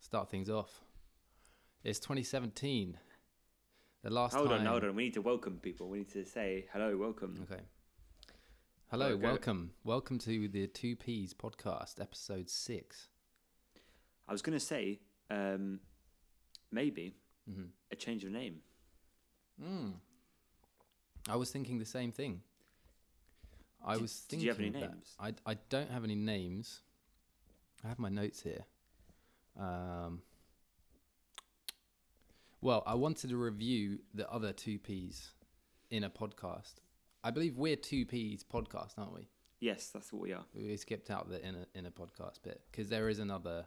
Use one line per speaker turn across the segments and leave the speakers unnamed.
start things off. It's 2017. The last
Hold
time.
on, hold on. We need to welcome people. We need to say hello, welcome.
Okay. Hello,
Okay.
welcome. Welcome to the Two Ps podcast, episode six.
I was going to say um, maybe
Mm-hmm.
a change of name.
Hmm. I was thinking the same thing. I
Did-
was
did
thinking.
you have any
of that.
names?
I, I don't have any names. I have my notes here. Um, well, I wanted to review the other two Ps in a podcast. I believe we're two Ps podcast, aren't we?
Yes, that's what we are.
We skipped out the in a in a podcast bit because there is another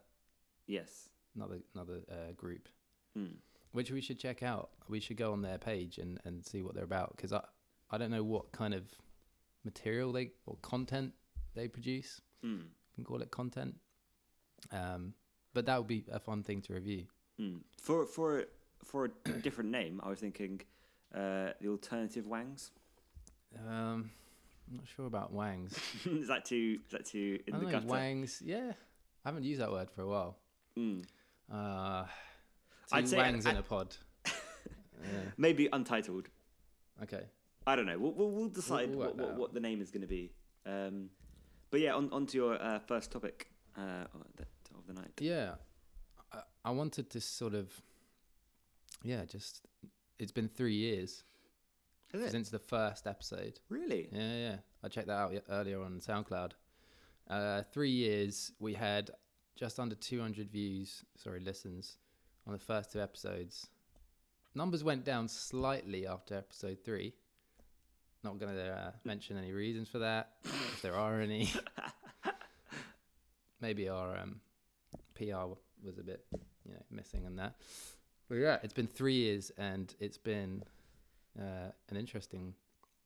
Yes.
another another uh, group
Hmm.
which we should check out. We should go on their page and, and see what they're about because I I don't know what kind of material they or content they produce.
Hmm.
You can call it content, um, but that would be a fun thing to review.
Hmm. For for for a different name, I was thinking uh, the alternative Wangs.
Um, I'm not sure about Wangs.
is that too? Is that too in
I
the
don't know
gutter?
Wangs. Yeah, I haven't used that word for a while.
Hmm.
Uh, 2
I'd say-
Wangs in
I-
a pod. yeah.
Maybe untitled.
Okay.
I don't know. We'll we'll, we'll decide
we'll work
what, what,
that out.
what the name is going to be. Um, but yeah, on on to your uh, first topic uh, of the- of the night.
yeah I, I wanted to sort of yeah just it's been three years
Has it?
since the first episode
Really?
yeah yeah i checked that out ye- earlier on soundcloud uh, three years we had just under 200 views sorry listens on the first two episodes numbers went down slightly after episode three not going to uh, mention any reasons for that if there are any maybe our um, pr was a bit you know missing on that but yeah it's been three years and it's been uh, an interesting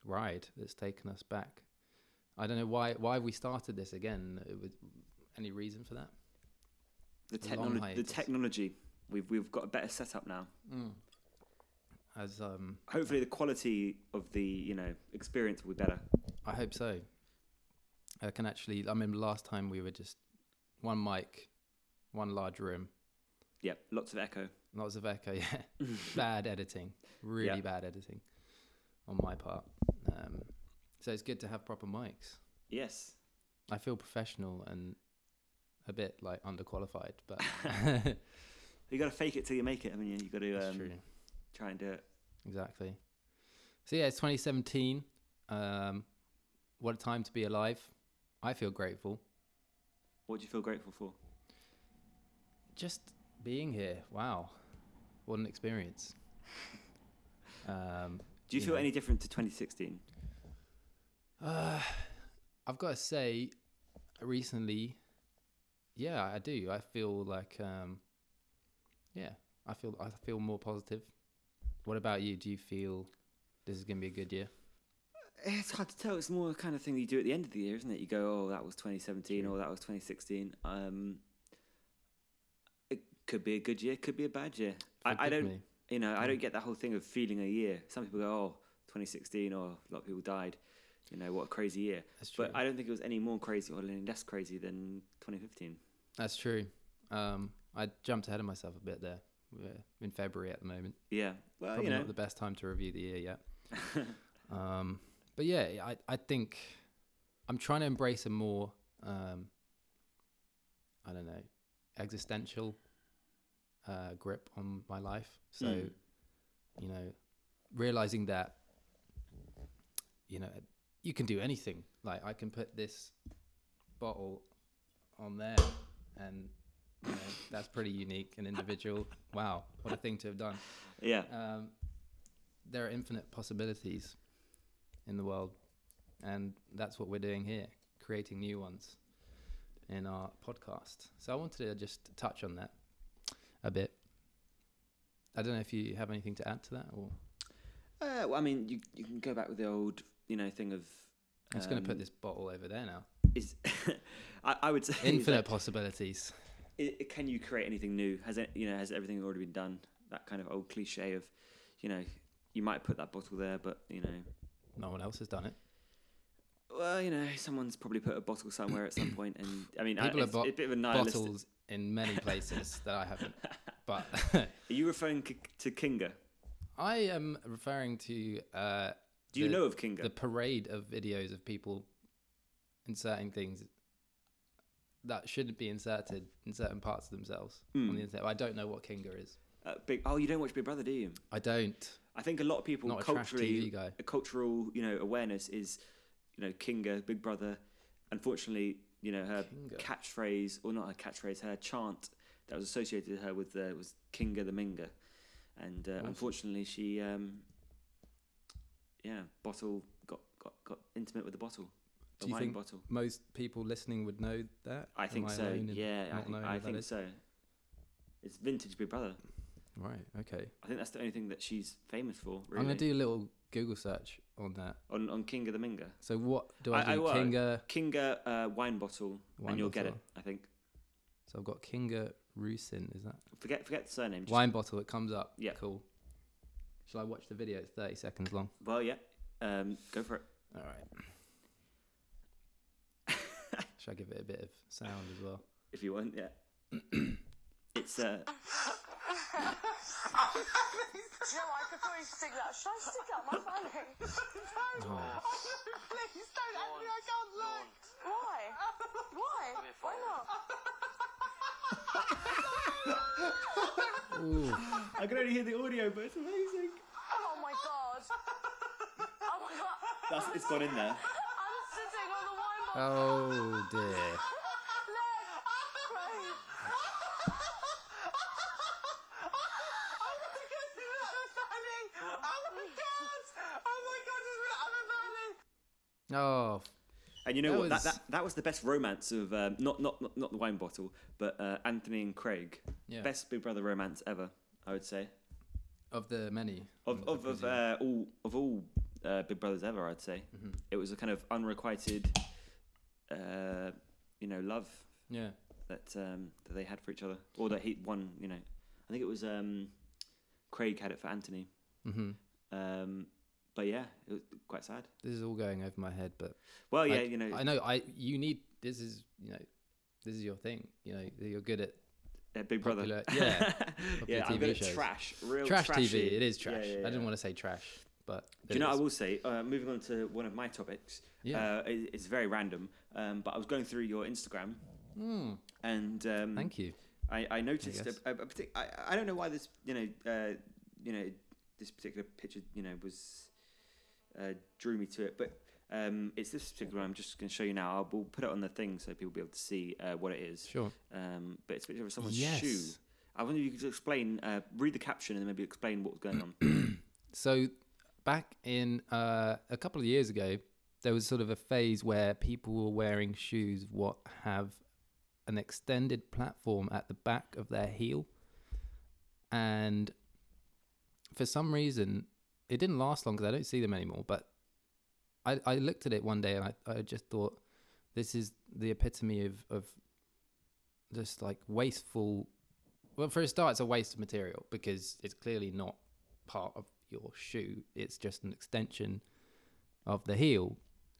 ride that's taken us back i don't know why why we started this again it was any reason for that
The
a long
technology. The
hiatus.
technology. We've we've got a better setup now.
as um
Hopefully, the quality of the you know experience will be better.
I hope so. I can actually. I remember last time we were just one mic, one large room,
Yep. Lots of echo.
lots of echo. Yeah, bad editing, really
Yeah.
bad editing on my part. Um, so it's good to have proper mics.
Yes.
I feel professional and a bit like underqualified, but
You got to fake it till you make it. I mean, you got to
that's
um,
true.
try and do it.
Exactly. So yeah, it's 2017. Um, what a time to be alive. I feel grateful.
What do you feel grateful for?
just being here wow what an experience um
Do you
You
feel
know.
any different to 2016?
uh, i've got to say recently yeah i do i feel like um yeah i feel i feel more positive what about you do you feel this is gonna be a good year
It's hard to tell. It's more the kind of thing that you do at the end of the year, isn't it? You go, oh, that was 2017, or that was 2016. Um, it could be a good year, could be a bad year. I, I
Forgive
don't,
me.
you know,
Hmm.
I don't get that whole thing of feeling a year. Some people go, oh, 2016, or a lot of people died. You know, what a crazy year.
that's true
But I don't think it was any more crazy or any less crazy than 2015.
that's true um i jumped ahead of myself a bit there we're in february at the moment
Yeah. Well,
probably
you know,
not the best time to review the year yet. um, but yeah, I, I think I'm trying to embrace a more, um, I don't know, existential uh, grip on my life. So,
Mm.
you know, realizing that, you know, you can do anything. Like I can put this bottle on there and you know, that's pretty unique and individual. Wow, what a thing to have done
yeah.
um, there are infinite possibilities in the world, and that's what we're doing here, creating new ones in our podcast. So I wanted to just touch on that a bit. I don't know if you have anything to add to that, or
Uh, well, I mean, you, you can go back with the old, you know, thing of.
I'm just going to
um,
put this bottle over there now.
Is, I, I would say that-
Infinite possibilities.
i i- can you create anything new? Has it, you know, has everything already been done? That kind of old cliche of, you know, you might put that bottle there, but you know,
No one else has done it.
well, you know, someone's probably put a bottle somewhere at some point, and I mean, I,
People are
it's
bo-
a bit of a nihilistic.
Bottles in many places that I haven't. But
Are you referring k- to Kinga?
I am referring to uh,
Do you
The-
know of Kinga?
the parade of videos of people inserting things that shouldn't be inserted in certain parts of themselves
Hmm.
on the internet. I don't know what Kinga is.
Uh, big, oh, you don't watch Big Brother, do you?
I don't.
I think a lot of people
Not a trash
culturally,
TV guy.
a cultural, you know, awareness is, you know, Kinga, Big Brother. Unfortunately, you know, her
Kinga.
catchphrase, or not her catchphrase, her chant that was associated with her with uh, was Kinga the Minga, and uh,
Awful.
unfortunately, she, um, yeah, bottle got got got intimate with the bottle, the
Do you
wine
think
bottle.
most people listening would know that?
I
Am
think so.
alone in
Yeah, I
not
think,
knowing
I
what that
think
is?
so. It's vintage Big Brother.
Right. Okay.
I think that's the only thing that she's famous for. Really.
I'm gonna do a little Google search on that.
on on Kinga the Minga.
So what do I,
I- I
do?
will.
Kinga.
Kinga uh, wine bottle,
Wine
and you'll get it.
bottle.
I think.
So I've got Kinga Rusin. Is that
Forget forget the surname. Just,
wine bottle? It comes up.
Yeah.
Cool. Shall I watch the video? It's 30 seconds long.
Well, yeah. Um, go for it.
All right. Should I give it a bit of sound as well?
If you want, yeah. it's uh,
No, I prefer you stick that. Should I stick out my fanny?
Oh.
Please don't, Anthony, I can't look. Why? Why? Why not?
Ooh.
I can only hear the audio, but it's amazing.
Oh my god. Oh my god.
That's it's gone in there.
I'm sitting on the wine bottle.
Oh dear.
Look. Right. Oh my goodness, I'm a fanny. Oh my god. Oh my god, I'm a fanny.
Oh.
And you know
That
what?
was-
That, that that was the best romance of um, not, not not not the wine bottle, but uh, Anthony and Craig.
Yeah.
Best Big Brother romance ever, I would say.
Of the many.
Of of, of uh, all of all uh, Big Brothers ever, I'd say.
Mm-hmm.
It was a kind of unrequited, uh, you know, love
Yeah.
that um, that they had for each other, or that he one, you know, I think it was um, Craig had it for Anthony.
hmm
Um, but yeah, it was quite sad.
This is all going over my head, but
Well, Oh, yeah,
I-
you know,
I know. I you need this is you know this is your thing. You know that you're good at
uh, Big Brother.
popular. Yeah.
yeah, I'm
TV
gonna
shows.
trash, real
trash
trashy.
TV. It is
Yeah,
trash.
yeah,
I didn't
yeah.
want to say trash, but
Do you know? I will say, uh, moving on to one of my topics.
Yeah.
Uh, it, it's very random, um, but I was going through your Instagram, Mm. and um,
Hmm, Thank you.
I, I noticed
guess.
a, a, a partic- I, I don't know why this you know uh, you know this particular picture you know was uh, drew me to it, but um, it's this particular. one I'm just going to show you now. I'll, we'll put it on the thing so people will be able to see uh, what it is.
Sure.
Um, but it's a picture of someone's shoe.
Yes.
I wonder if you could explain, uh, read the caption, and then maybe explain what was going on.
So back in uh, a couple of years ago, there was sort of a phase where people were wearing shoes what have an extended platform at the back of their heel, and for some reason, it didn't last long because I don't see them anymore. But I, I looked at it one day and I, I just thought, this is the epitome of of just like wasteful. Well, for a start, it's a waste of material because it's clearly not part of your shoe. It's just an extension of the heel.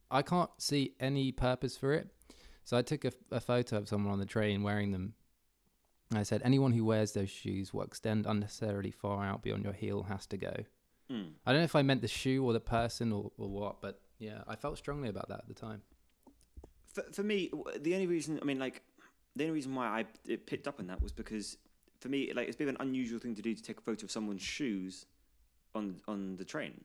I can't see any purpose for it. So I took a, a photo of someone on the train wearing them. And I said, anyone who wears those shoes will extend unnecessarily far out beyond your heel has to go.
Hmm.
I don't know if I meant the shoe or the person or, or what, but yeah, I felt strongly about that at the time.
for, for me, w- the only reason I mean, like, the only reason why I it picked up on that was because for me, like, it's a bit of an unusual thing to do to take a photo of someone's shoes on on the train,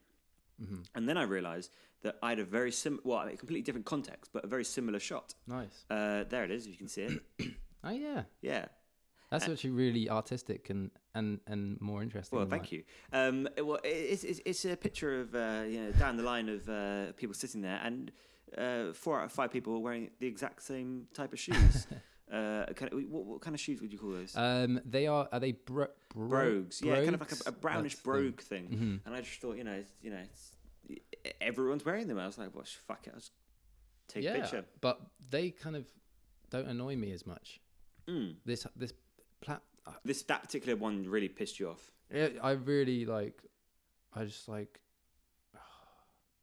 Mm-hmm.
and then I realised that I had a very sim well, a completely different context, but a very similar shot.
Nice.
Uh, there it is, if you can see it.
Oh, yeah.
Yeah.
That's actually really artistic and, and, and more interesting.
Well,
than
thank you. Um, it- well, it- it's, it's, it's a picture of uh, you know down the line of uh, people sitting there, and uh, four out of five people are wearing the exact same type of shoes. uh, kind of, what, what kind of shoes would you call those?
Um, they are, are they bro- bro-
brogues, yeah, kind of like
brogues?
a, a brownish
That's the- Mm-hmm.
brogue thing. And I just thought, you know, it's, you know, it's, e-, everyone's wearing them. I was like, well, sh- fuck it, I'll just take a picture.
But they kind of don't annoy me as much.
Mm.
This this plat.
This that particular one really pissed you off.
I- I really like. I just like.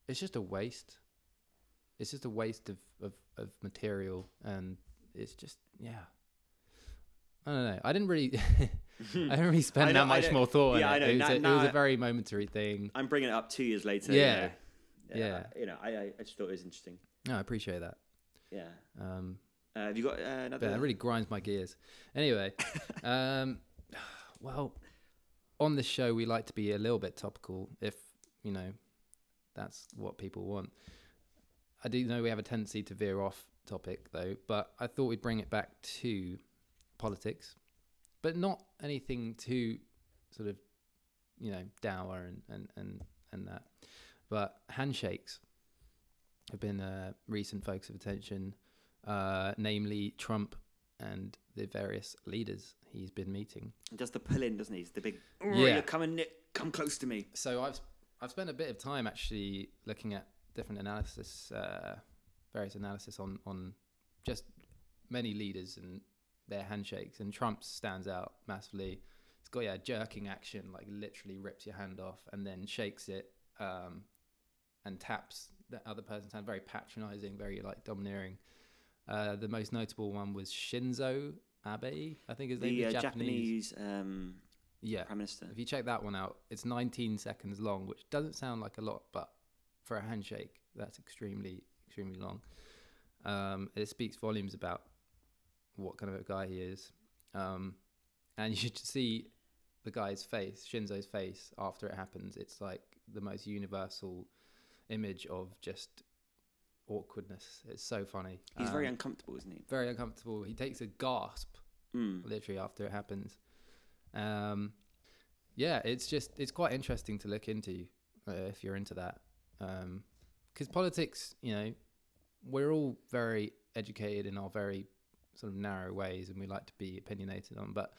It's just a waste. It's just a waste of of, of material, and it's just yeah. I don't know. I didn't really, I didn't really spend
I know-
that
I
much
don't-
more thought.
yeah,
on
I
it.
know.
It was,
Now-
a, it
now
was a
I-
very momentary thing.
I'm bringing it up two years later.
Yeah.
You know,
Yeah.
Uh, you know, I, I, I just thought it was interesting.
No, I appreciate that.
Yeah.
Um,
Uh, have you got uh,
but
another?
it really grinds my gears. Anyway, um, well, on this show we like to be a little bit topical, if you know, that's what people want. I do know we have a tendency to veer off topic though, but I thought we'd bring it back to politics, but not anything too sort of, you know, dour and and and, and that. But handshakes have been a recent focus of attention uh, namely Trump and the various leaders he's been meeting.
He does the pull in, doesn't he? He's the big. "Oh,
Yeah.
You're coming, Nick. Come close to me.
So I've I've spent a bit of time actually looking at different analysis, uh, various analysis on on just many leaders and their handshakes, and Trump stands out massively. It's got yeah, a jerking action, like literally rips your hand off and then shakes it um, and taps the other person's hand. Very patronizing, very like domineering. Uh, the most notable one was Shinzo Abe, I think his name
The uh,
is
Japanese, um,
Yeah,
prime minister.
if you check that one out, it's 19 seconds long, which doesn't sound like a lot, but for a handshake, that's extremely, extremely long. Um, it speaks volumes about what kind of a guy he is. Um, and you should see the guy's face, Shinzo's face, after it happens. It's like the most universal image of just awkwardness. It's so funny.
He's very
Um,
uncomfortable, isn't he?
very uncomfortable. He takes a gasp
Mm.
literally after it happens. Um, yeah, it's just it's quite interesting to look into uh, if you're into that, because politics, you know, we're all very educated in our very sort of narrow ways, and we like to be opinionated on. But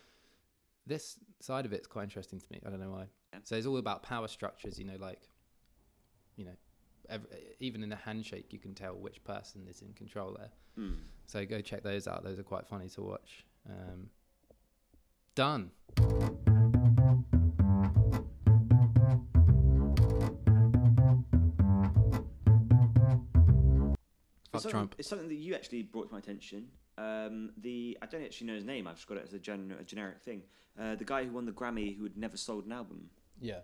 this side of it's quite interesting to me. I don't know why.
Yeah.
So it's all about power structures, you know, like, you know, ev- even in a handshake, you can tell which person is in control there.
Mm.
So go check those out. Those are quite funny to watch. Um, done. Fuck
It's something-
Trump.
It's something that you actually brought to my attention. Um, the I don't actually know his name. I've just got it as a, gen- a generic thing. Uh, the guy who won the Grammy who had never sold an album.
Yeah.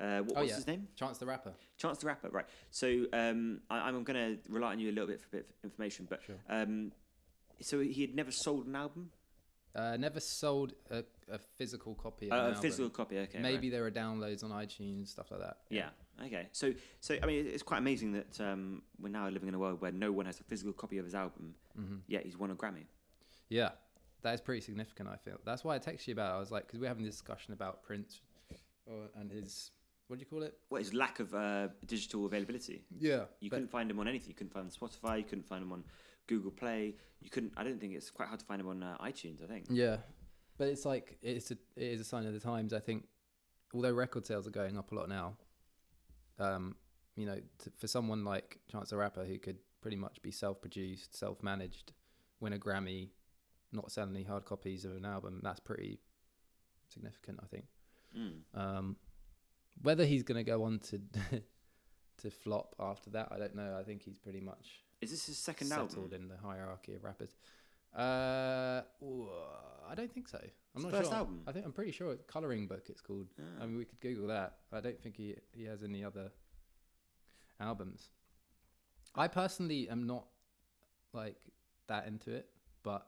Uh, what
Oh,
was
yeah.
his name?
Chance the Rapper.
Chance the Rapper, right? So um, I, I'm going to rely on you a little bit for a bit of information, but
Sure.
um, so he had never sold an album,
Uh, never sold a, a physical copy. Of
Uh,
an
a
album.
physical copy. Okay, right.
Maybe there are downloads on iTunes, stuff like that.
Yeah. Okay. So, so I mean, it's quite amazing that um, we're now living in a world where no one has a physical copy of his album,
Mm-hmm.
yet he's won a Grammy.
Yeah, that is pretty significant. I feel that's why I texted you about. it. I was like, because we're having this discussion about Prince uh, and his what do you call it?
What is lack of uh, digital availability?
Yeah,
You
but-
couldn't find him on anything. You couldn't find him on Spotify. You couldn't find him on Google Play. You couldn't. I don't think it's quite hard to find him on uh, iTunes. I think.
Yeah, but it's like it's a it is a sign of the times. I think although record sales are going up a lot now, um, you know, t- for someone like Chance the Rapper who could pretty much be self-produced, self-managed, win a Grammy, not sell any hard copies of an album, that's pretty significant. I think.
Mm.
Um, whether he's going to go on to to flop after that, I don't know. I think he's pretty much
Is this his second
settled
album?
in the hierarchy of rappers. Uh, ooh, I don't think so. I'm
His
not
first
sure.
album?
I think I'm pretty sure it's coloring book. It's called.
Ah.
I mean, we could Google that. I don't think he he has any other albums. I personally am not like that into it, but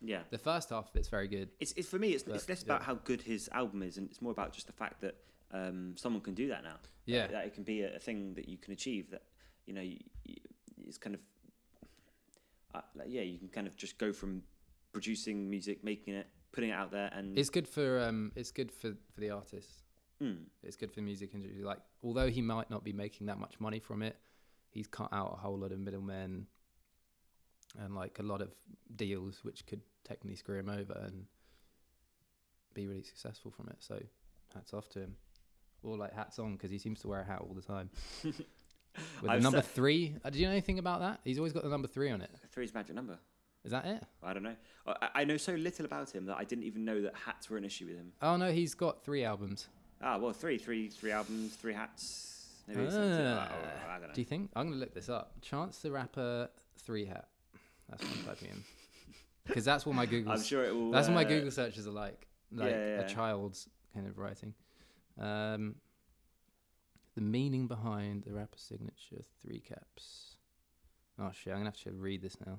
Yeah.
the first half of it's very good.
It's, it's for me. It's, it's
But,
less
yeah.
about how good his album is, and it's more about just the fact that um, someone can do that now.
Yeah,
that it can be a, a thing that you can achieve that you know you, you, it's kind of uh, like, yeah you can kind of just go from producing music making it putting it out there and
it's good for um, it's good for for the artists.
Mm,
It's good for the music industry. Like, although he might not be making that much money from it, he's cut out a whole lot of middlemen and like a lot of deals which could technically screw him over and be really successful from it. So, hats off to him. Or like hats on because he seems to wear a hat all the time. With the
I've
number
se-
three, uh, do you know anything about that? He's always got the number three on it.
three's magic number
Is that it?
I don't know I, I- I know so little about him that I didn't even know that hats were an issue with him
Oh no, he's got three albums.
ah well three three three albums three hats maybe it's something-
Ah.
oh, I don't know
Do you think? I'm going to look this up. Chance the Rapper three hat. That's what I'm typing in. because that's what my Google.
I'm sure it will.
That's what my
uh,
Google searches are like, like
yeah, yeah.
a child's kind of writing. Um, the meaning behind the rapper signature three caps. Oh shit! I'm gonna have to read this now.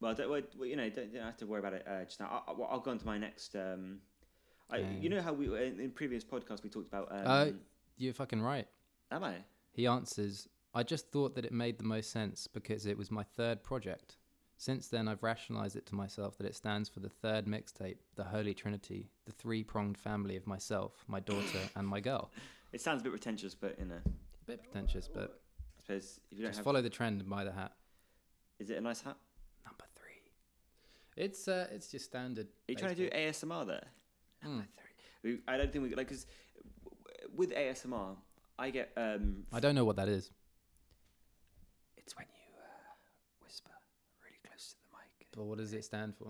Well, don't, well, well, you know, don't, don't have to worry about it uh, just now. I, I, well, I'll go on to my next. Um, I,
Yeah.
You know how we uh, in, in previous podcasts we talked about. Um,
Uh, You're fucking right.
am I?
He answers, I just thought that it made the most sense because it was my third project. Since then, I've rationalized it to myself that it stands for the third mixtape, the Holy Trinity, the three pronged family of myself, my daughter, and my girl.
It sounds a bit pretentious, but you know, I
A bit pretentious, but
suppose if you don't
just
have,
follow the trend and buy the hat.
is it a nice hat?
Number three. It's uh, it's just standard.
Are you trying to do ASMR there?
Mm.
We- I don't think we like because with ASMR, I get um,
I don't know what that is.
it's when you uh, whisper really close to the mic.
But what does it stand for?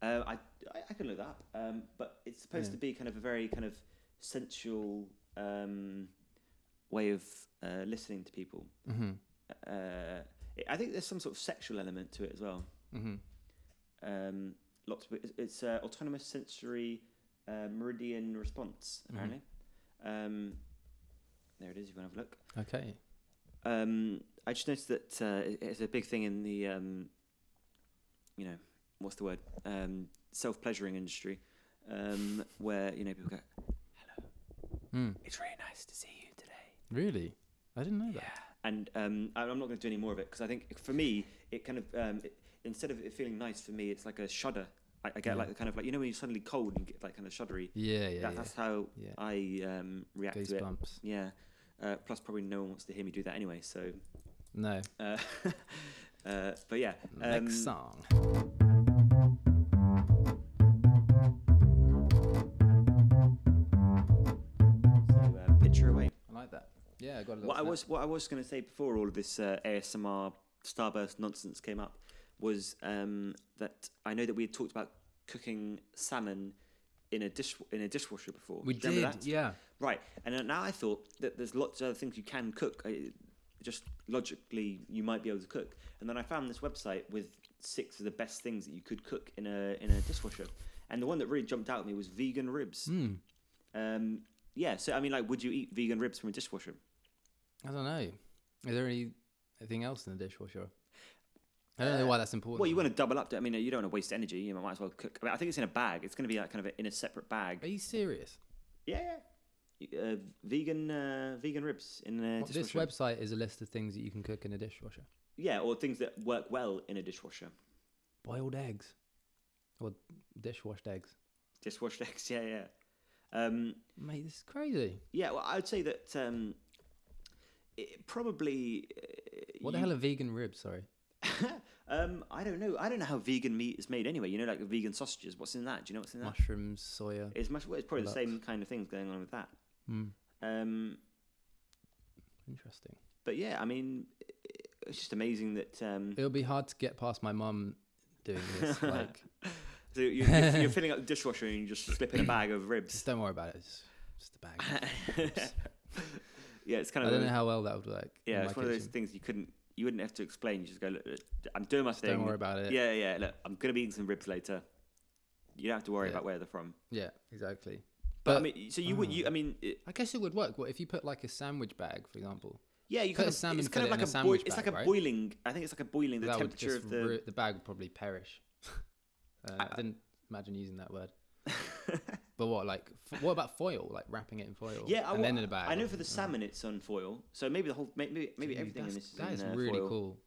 Um, I, I I can look that up. Um, but it's supposed
Yeah.
to be kind of a very kind of sensual um, way of uh, listening to people.
Mm-hmm.
Uh, I- I think there's some sort of sexual element to it as well.
Mm-hmm.
Um, lots of it's, it's uh, autonomous sensory uh, meridian response
Mhm.
apparently. Um, there it is. You can have a look.
Okay.
Um, I just noticed that uh, it- it's a big thing in the, um, you know, what's the word? Um, Self pleasuring industry, um, where you know people go,
Mm.
"It's really nice to see you today,"
Really? I didn't know that.
and um, I- I'm not going to do any more of it because I think for me it kind of um, it, instead of it feeling nice for me, it's like a shudder. I, I get
Yeah.
like the kind of like you know when you're suddenly cold and you get like kind of shuddery.
Yeah, yeah,
that,
yeah.
That's how
yeah.
I um, react to it.
Goosebumps.
Yeah. Uh, plus, probably no one wants to hear me do that anyway. So,
No.
uh, uh, but yeah. um,
Next song.
So, uh, picture away.
I like that. Yeah, I got a little.
What I
snap.
was what I was going to say before all of this uh, ASMR starburst nonsense came up was um, that I know that we had talked about cooking salmon in a dish in a dishwasher before.
We
Do you
did.
remember that?
Yeah.
Right, and then now I thought that there's lots of other things you can cook. I, just logically, you might be able to cook. And then I found this website with six of the best things that you could cook in a in a dishwasher. And the one that really jumped out at me was vegan ribs.
Mm.
Um, yeah, so I mean, like, would you eat vegan ribs from a dishwasher?
I don't know. Is there anything else in the dishwasher? I don't know why that's important.
Well, you want to double up. I mean, you don't want to waste energy. You might as well cook. I, mean, I think it's in a bag. It's going to be like kind of in a separate
Are
bag.
you serious?
Yeah, yeah. You- Uh, vegan, uh, vegan ribs in a
What- this
dishwasher.
website is a list of things that you can cook in a dishwasher.
yeah, or things that work well in a dishwasher.
Boiled eggs, or dishwashed eggs.
Dishwasher eggs. Yeah, yeah. Um,
Mate, this is crazy.
yeah. Well, I'd say that um, it probably. Uh,
What the
you-
hell are vegan ribs? Sorry.
um, I don't know. I don't know how vegan meat is made anyway. You know, like vegan sausages. What's in that? Do you know what's in that?
Mushrooms, soya.
It's much. It's probably the
Lots.
same kind of things going on with that.
Mm,
Um,
interesting.
but yeah, I mean, it- it's just amazing that. Um,
It'll be hard to get past my mum doing this. like,
so you, you're, you're filling up the dishwasher and you just slip in a bag of ribs.
just don't worry about it. It's just a bag.
yeah, it's kind
I
of.
don't know
a-
how well that would work. in
yeah,
my
it's one of those
kitchen.
things you couldn't. You wouldn't have to explain. You just go, look, look, I'm doing my thing.
Don't worry about it.
Yeah, yeah. Look, I'm gonna be eating some ribs later. You don't have to worry
Yeah.
about where they're from.
Yeah, exactly.
But, I
But- mm.
mean, so you would. You, I mean, it,
I guess it would work. What if you put like a sandwich bag, for example?
yeah. You
Put
kind
a
of.
salmon
It's kind of
fillet in
like
a
a. Boi-
sandwich
it's
bag,
like a
right?
boiling. I think it's like a boiling. The
that would
temperature
just
of the.
ru- the bag would probably perish. uh, I,
I-
didn't imagine using that word. but what like f- what about foil? Like wrapping it in foil?
Yeah, I,
and
wa-
then in a bag.
I know
or
for the
something.
salmon it's on foil, so maybe the whole maybe maybe
Dude,
everything in
that's-
this
That
is
is
in, uh,
really
foil.
cool.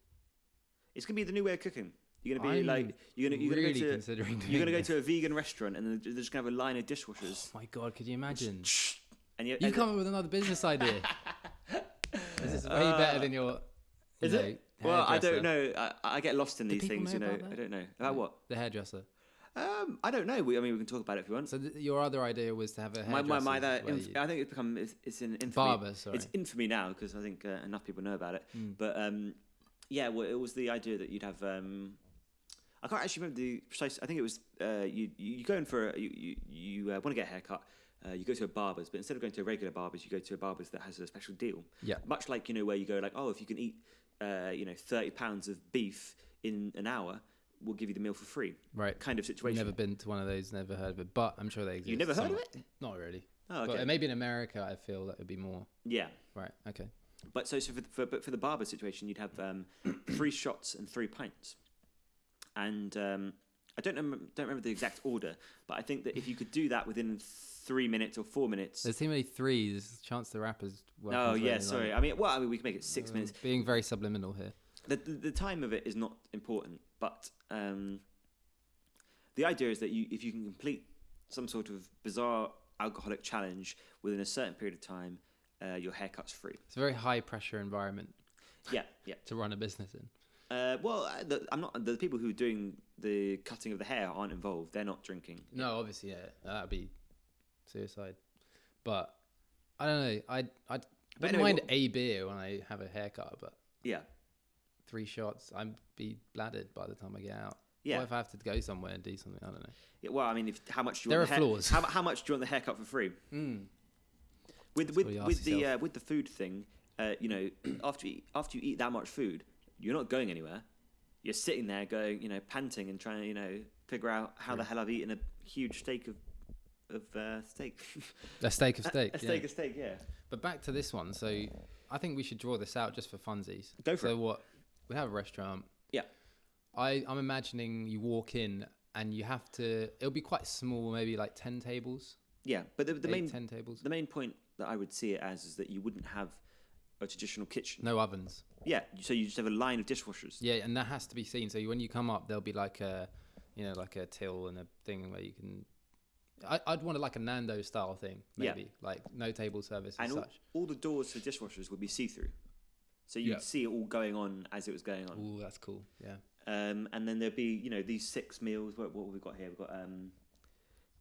It's gonna be the new way of cooking. You're gonna be like
I'm
you're gonna you're
really
gonna go to
considering
you're gonna
doing
go to a vegan restaurant and then they're just gonna have a line of dishwashers.
Oh my god, could you imagine?
And you,
You
and-
come up with another business idea. this is way better than your. you
Uh, is it?
know,
Well, I
hairdresser.
don't know. I, I get lost in these
people
things.
know
You know,
about that?
I don't know about what.
The hairdresser.
Um, I don't know. We, I mean, we can talk about it if you want.
So th- your other idea was to have a
my
hairdresser.
my, my that
that
inf- I think it's become it's, it's an infamy.
Barber, sorry. Mm.
It's infamy now because I think uh, enough people know about it. But um, yeah, well, it was the idea that you'd have. Um, I can't actually remember the precise. I think it was uh, you. You you go in for a, you. You, you uh, want to get a haircut. Uh, you go to a barber's, but instead of going to a regular barber's, you go to a barber's that has a special deal.
Yeah.
Much like you know where you go, like oh, if you can eat, uh, you know, thirty pounds of beef in an hour, we'll give you the meal for free
Right.
kind of situation.
Never been to one of those. Never heard of it. But I'm sure they exist.
You've never heard of
somewhere. Not really.
Oh, okay.
But maybe in America, I feel that would be more
yeah.
right. Okay.
But so, so for, the, for but for the barber situation, you'd have um, three shots and three pints, and um, I don't remember, don't remember the exact order, but I think that if you could do that within three minutes or four minutes.
There's too many threes. There's a chance the rappers.
Oh yeah, sorry. I mean, well, I mean, we can make it
Mm.
six minutes.
Being very subliminal here.
the, the the time of it is not important, but um, the idea is that you if you can complete some sort of bizarre alcoholic challenge within a certain period of time, uh, your haircut's free.
It's a very high pressure environment
Yeah, yeah.
to run a business in.
Uh, well, I- the, I'm not the people who are doing the cutting of the hair aren't involved. They're not drinking.
No, obviously, yeah, that'd be suicide. But I don't know. I I don't
anyway,
mind
what-
a beer when I have a haircut, but
Yeah,
three shots, I'd be bladdered by the time I get out.
Yeah.
What if I have to go somewhere and do something? I don't know.
yeah. Well, I mean, if how much do you
There
want
are
the hair-
flaws. Hmm.
How, how much do you want the haircut for free? With with
what you ask
with the uh,
yourself.
with the food thing, uh, you know, after you, after you eat that much food, you're not going anywhere. You're sitting there going, you know, panting and trying to, you know, figure out how the hell I've eaten a huge steak of of uh, steak.
A steak of steak.
a
yeah.
steak of steak, yeah.
But back to this one. So I think we should draw this out just for funsies.
Go for
so
it.
what? We have a restaurant.
Yeah.
I, I'm imagining you walk in and you have to, it'll be quite small, maybe like 10 tables.
Yeah, but the, the
eight,
main
10 tables.
the main point that I would see it as is that you wouldn't have a traditional kitchen.
No ovens.
Yeah, so you just have a line of dishwashers.
Yeah, and that has to be seen. So when you come up, there'll be like a, you know, like a till and a thing where you can. I, I'd want it like a Nando style thing,
Yeah.
maybe like no table service and
and all,
such.
all the doors for dishwashers would be see-through, so you'd
Yeah.
see it all going on as it was going on.
Ooh, that's cool. Yeah.
Um, and then there'd be you know these six meals. What, what have we got here? We've got um,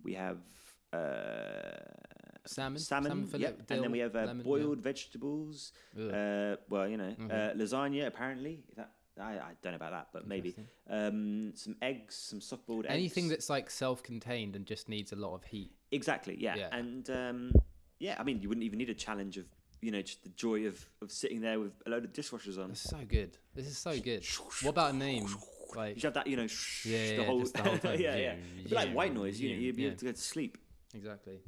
we have uh,
Salmon.
salmon,
fillet,
yep. and then
dill,
we have uh,
lemon, yeah.
boiled vegetables.
Ugh.
Uh, well, you know, uh,
Mhm.
lasagna apparently. If that I, I don't know about that, but maybe um, some eggs, some soft-boiled eggs.
Anything that's like self-contained and just needs a lot of heat.
exactly yeah,
Yeah.
and um, yeah, I mean you wouldn't even need a challenge of you know just the joy of of sitting there with a load of dishwashers on.
It's so good. This is so good. What about a name?
You
Like
should have that, you know,
Yeah,
the,
yeah,
whole,
just the whole time.
yeah, yeah. It'd be like white noise. You know, you'd be
Yeah.
able to go to sleep.
exactly.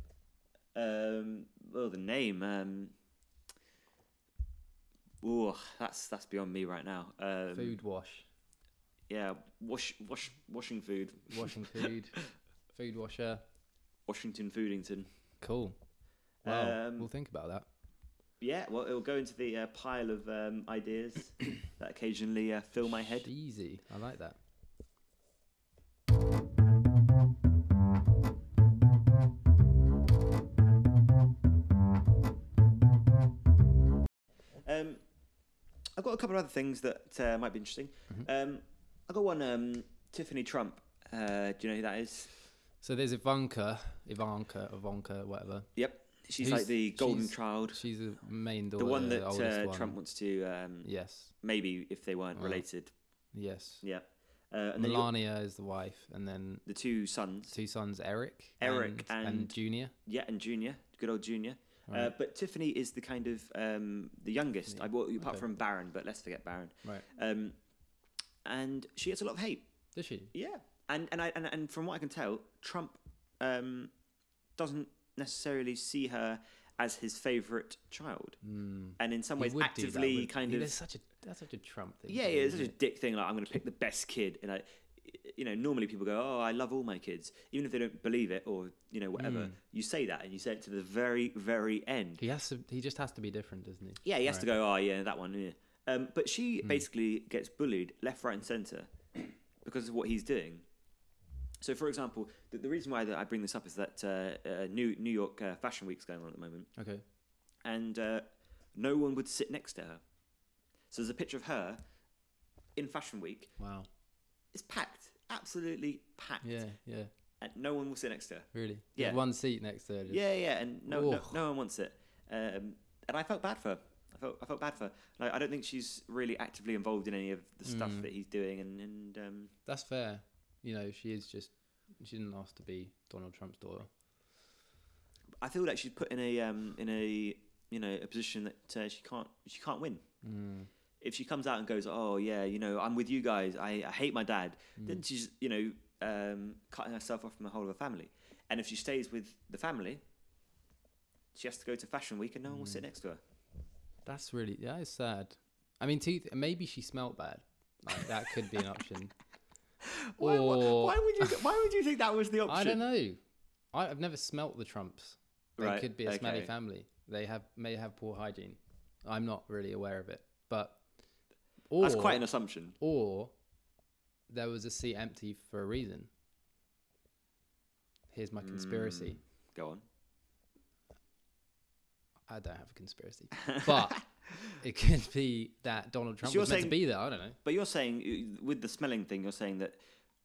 Um, well, the name. Um, oh, that's that's beyond me right now. Um,
Food wash,
Yeah, wash, wash, washing food,
washing food, food washer.
Washington Foodington.
Cool. Wow.
Um,
we'll think about that.
Yeah, well, it'll go into the uh, pile of um, ideas that occasionally uh, fill my head.
Easy. I like that.
Um, I've got a couple of other things that uh, might be interesting.
Mm-hmm.
Um, I got one. Um, Tiffany Trump. Uh, do you know who that is?
So there's Ivanka, Ivanka, Ivanka, whatever.
Yep. She's
Who's-
like the golden
she's-
child,
She's the main daughter,
the one that
oldest
uh,
one.
Trump wants to um,
Yes.
maybe if they weren't
Wow.
related.
Yes.
Yeah. Uh, and then you got
Melania is the wife, and then
the two sons,
two sons, Eric,
Eric
and,
and-
Junior.
yeah, and Junior, good old Junior. Uh,
Right.
but Tiffany is the kind of um, the youngest. I bought apart
Okay.
from Baron, but let's forget Baron.
Right.
Um, and she gets a lot of hate.
Does she?
Yeah. And and I and, and from what I can tell, Trump um, doesn't necessarily see her as his favorite child,
Mm.
and in some ways
He would do that,
actively
wouldn't-
kind
he-
of
That's such a that's such a Trump thing.
Yeah,
to do,
yeah, it's
isn't
such a
it?
dick thing. Like, I'm going to pick the best kid, and I, you know, normally people go, "Oh, I love all my kids," even if they don't believe it or you know whatever.
Mm.
You say that, and you say it to the very, very end.
He has to. He just has to be different, doesn't he?
Yeah, he has to go, "Oh, yeah, that one." Yeah. Um, but she basically gets bullied left, right, and centre because of what he's doing. So, for example, the, the reason why that I bring this up is that uh, uh, New New York uh, Fashion Week's going on at the moment
Okay.
and uh, no one would sit next to her. So there's a picture of her in Fashion Week.
Wow.
It's packed, absolutely packed,
Yeah. Yeah.
and no one will sit next to her.
Really.
Yeah.
There's one seat next to her. just-
Yeah, yeah, and no, no,
Ugh.
no one wants it. Um, and I felt bad for her. I felt, I felt bad for her. Like, I don't think she's really actively involved in any of the stuff
Mm.
that he's doing, and, and um,
That's fair. You know, she is just. She didn't ask to be Donald Trump's daughter.
I feel like
Mm.
she's put in a um, in a you know a position that uh, she can't she can't win. if she comes out and goes, "Oh yeah, you know, I'm with you guys. I, I hate my dad,"
Mm.
then she's you know um, cutting herself off from the whole of her family. And if she stays with the family, she has to go to fashion week, and no one will
Mm.
sit next to her.
That's really yeah, it's sad. I mean, teeth. Maybe she smelt bad. Like that could be an option.
Why, why-
Or-
why would you? th- Why would you think that was the option?
I don't know. I, I've never smelt the Trumps. They
Right,
could be a smelly
okay.
family. They have may have poor hygiene. I'm not really aware of it, but or
That's quite an assumption.
or there was a seat empty for a reason. Here's my conspiracy.
Go on. Mm.
I don't have a conspiracy, but it could be that Donald Trump
you're
was meant
saying-
to be there. I don't know.
But you're saying uh, with the smelling thing, you're saying that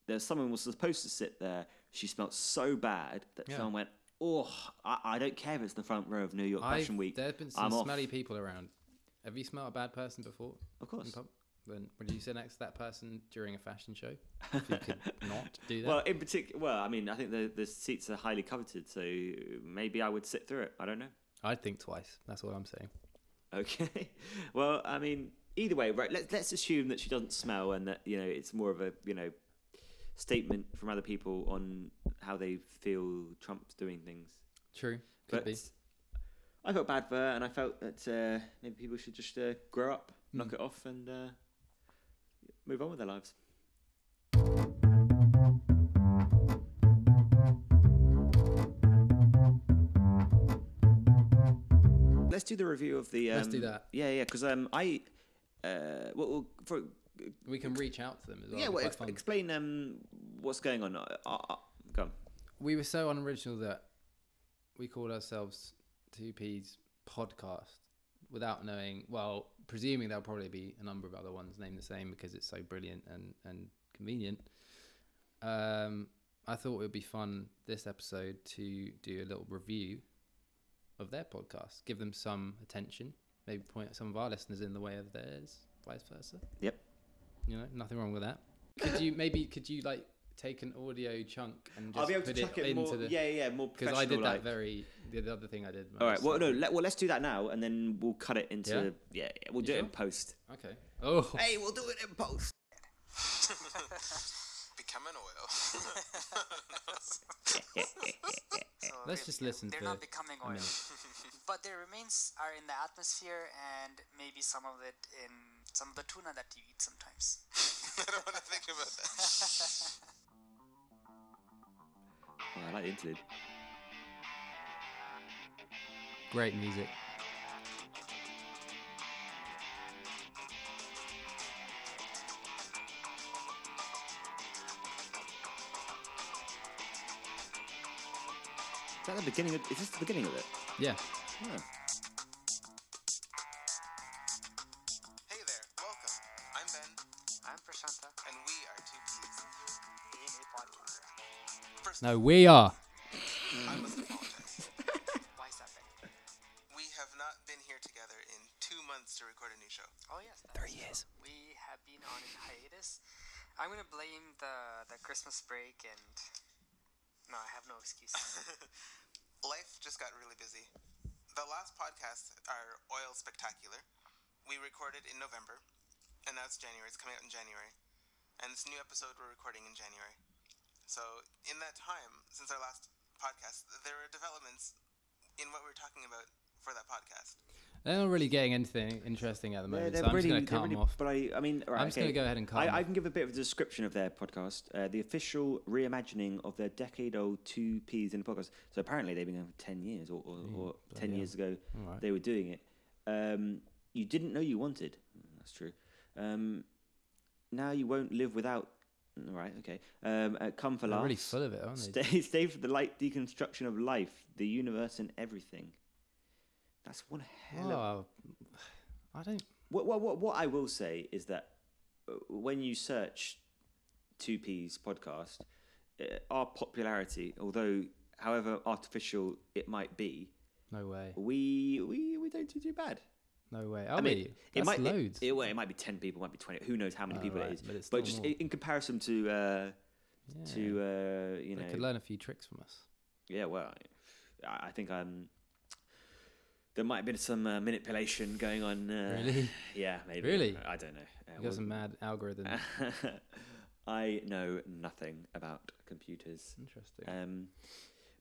there's someone was supposed to sit there. She smelled so bad that
Yeah.
someone went, "Oh, I, I don't care if it's the front row of New York
I've-
Fashion Week.
There's been
I'm
some
off."
smelly people around. Have you smelled a bad person before?
Of
in
course.
pub? Then would you sit next to that person during a fashion show? If you could not do that.
Well, in particular, well, I mean, I think the the seats are highly coveted, so maybe I would sit through it. I don't know.
I'd think twice. That's what I'm saying.
Okay. Well, I mean, either way, right? Let's let's assume that she doesn't smell, and that you know it's more of a you know statement from other people on how they feel Trump's doing things.
True. Could
But
be.
I felt bad for her, and I felt that uh, maybe people should just uh, grow up,
Hmm.
knock it off, and uh, move on with their lives. Let's do the review of the. Um,
Let's do that.
Yeah, yeah, because um, I. Uh, well, well, for,
We can reach out to them as well.
yeah,
It'd be
well,
quite
ex-
fun.
explain um, what's going on. Uh, uh, uh, go on.
we were so unoriginal that we called ourselves Two P's Podcast without knowing. Well, presuming there'll probably be a number of other ones named the same because it's so brilliant and and convenient. Um, I thought it would be fun this episode to do a little review of their podcast, give them some attention, maybe point some of our listeners in the way of theirs, vice versa.
Yep.
You know, nothing wrong with that. Could you maybe could you like take an audio chunk and just
I'll be able to
put
chuck
it,
it,
into
more.
the
yeah, yeah, yeah, more
because
professional.
I did
like.
that very the other thing I did. when I
All right.
was
Well, no.
singing.
Let, well, let's do that now, and then we'll cut it into. Yeah. yeah, we'll do it in
sure?
post.
Okay. Oh,
Hey, we'll do it in post.
Become an oil.
So
Let's
they-
just listen
They're
to
not
it
becoming
a
oil,
minute.
but their remains are in the atmosphere, and maybe some of it in some of the tuna that you eat sometimes.
I don't want to think about that.
Oh, I like the interlude.
great music.
Is that the beginning? Of, is this the beginning of it?
Yeah.
Yeah.
Hey there, welcome. I'm Ben,
I'm Prashanta
and we are two peas.
in a podcast.
First,
No, we are.
I must apologize.
Why is that? Ben?
We have not been here together in two months to record a new show.
Oh yes, three years. We have been on a hiatus. I'm gonna blame the the Christmas break and no, I have no excuse.
Life just got really busy. The last podcast, our Oil Spectacular, we recorded in November, and now it's January. It's coming out in January. And this new episode we're recording in January. So, in that time, since our last podcast, there were developments in what we were talking about for that podcast.
They're not really getting anything interesting at the moment, so I'm just
they're
going to cut
really-
them off.
But I, I mean, all right,
I'm just
okay.
gonna go ahead and cut
I,
'em
I
off.
can give a bit of a description of their podcast. Uh, the official reimagining of their decade-old two P's in a podcast. So apparently they've been going for ten years, or, or, or ten years ago
Alright.
they were doing it. Um, you didn't know you wanted. Mm, That's true. Um, now you won't live without. All right, okay. Um, uh, come for
They're
laughs.
really full of it, aren't they?
Stay, stay for the light deconstruction of life, the universe, and everything. That's one hell of.
Oh, I don't.
What, what, what, what I will say is that uh, when you search 2P's podcast, uh, our popularity, although however artificial it might be,
No way.
we we, we don't do too bad.
No way. Are
I mean,
we?
it
That's
might
loads.
It, it, well, it might be ten people, it might be twenty. Who knows how many
Oh,
people
right,
it is?
but it's
But,
still
just
more.
in, in comparison to uh,
yeah.
to uh, you
they
know
could learn a few tricks from us.
yeah, well, I I think I'm. um, There might have been some uh, manipulation going on. Uh,
Really?
Yeah, maybe.
Really?
I don't know. Uh,
You got some mad algorithm.
we'll- I know nothing about computers.
Interesting.
Um,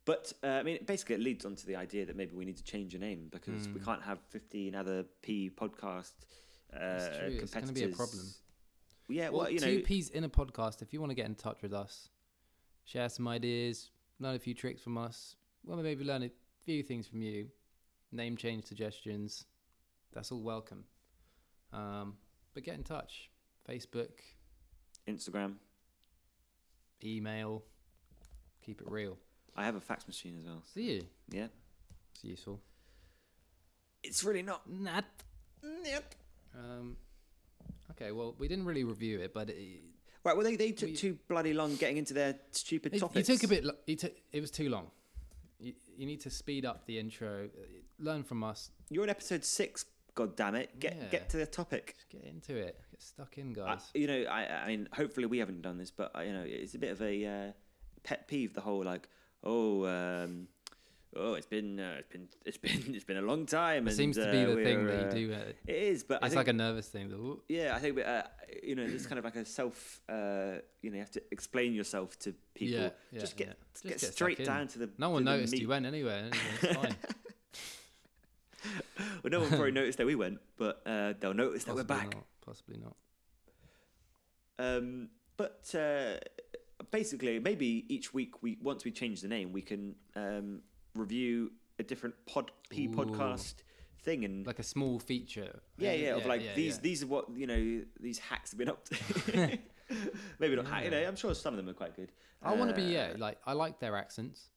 but uh, I mean, basically, it leads on to the idea that maybe we need to change a name because
Hmm.
we can't have 15 other P podcast uh,
true,
competitors.
it's gonna be a problem.
Yeah, well,
well,
you know,
two P's in a podcast. If you want to get in touch with us, share some ideas, learn a few tricks from us. Well, maybe learn a few things from you. Name change suggestions. That's all welcome. Um, but get in touch. Facebook,
Instagram.
email. Keep it real.
I have a fax machine as well.
See you.
Yeah,
It's useful.
it's really not.
Nat.
Yep.
Um, okay. Well, we didn't really review it, but it,
Right. Well, they, they took
We-
too bloody long getting into their stupid
It-
topics.
You took a bit. Lo- you took, it was too long. You, you need to speed up the intro. uh, Learn from us.
You're on episode six. God damn it! Get
Yeah.
get to the topic.
Just get into it. Get stuck in,
I,
guys.
you know, I, I mean, hopefully we haven't done this, but uh, you know, it's a bit of a uh, pet peeve. The whole like, oh, um, oh, it's been, uh, it's been, it's been, it's been a long time.
it
and,
seems to
uh,
be the thing
we're,
that
uh,
you do. Uh,
It is, but I
it's
think,
like a nervous thing. that, "Ooh,
yeah, I think uh, you know, it's kind of like a self. Uh, you know, you have to explain yourself to people.
Yeah, yeah,
just
yeah.
get,
Just
get,
get stuck
straight
in.
down to the.
No
to
one
the
noticed
meat.
you went anywhere. anyway, It's fine.
Well, no one probably noticed that we went, but uh, they'll notice that
Possibly
we're back.
Not. Possibly not.
Um, but uh, basically, maybe each week we once we change the name, we can um, review a different pod P
Ooh.
podcast thing and.
Like a small feature. Uh,
yeah, yeah, of like
yeah,
these.
yeah.
These are what you know. These hacks have been up to. Maybe not. hack You know, I'm sure some of them are quite good.
I want to be
Uh,
yeah. Like I like their accents.
you-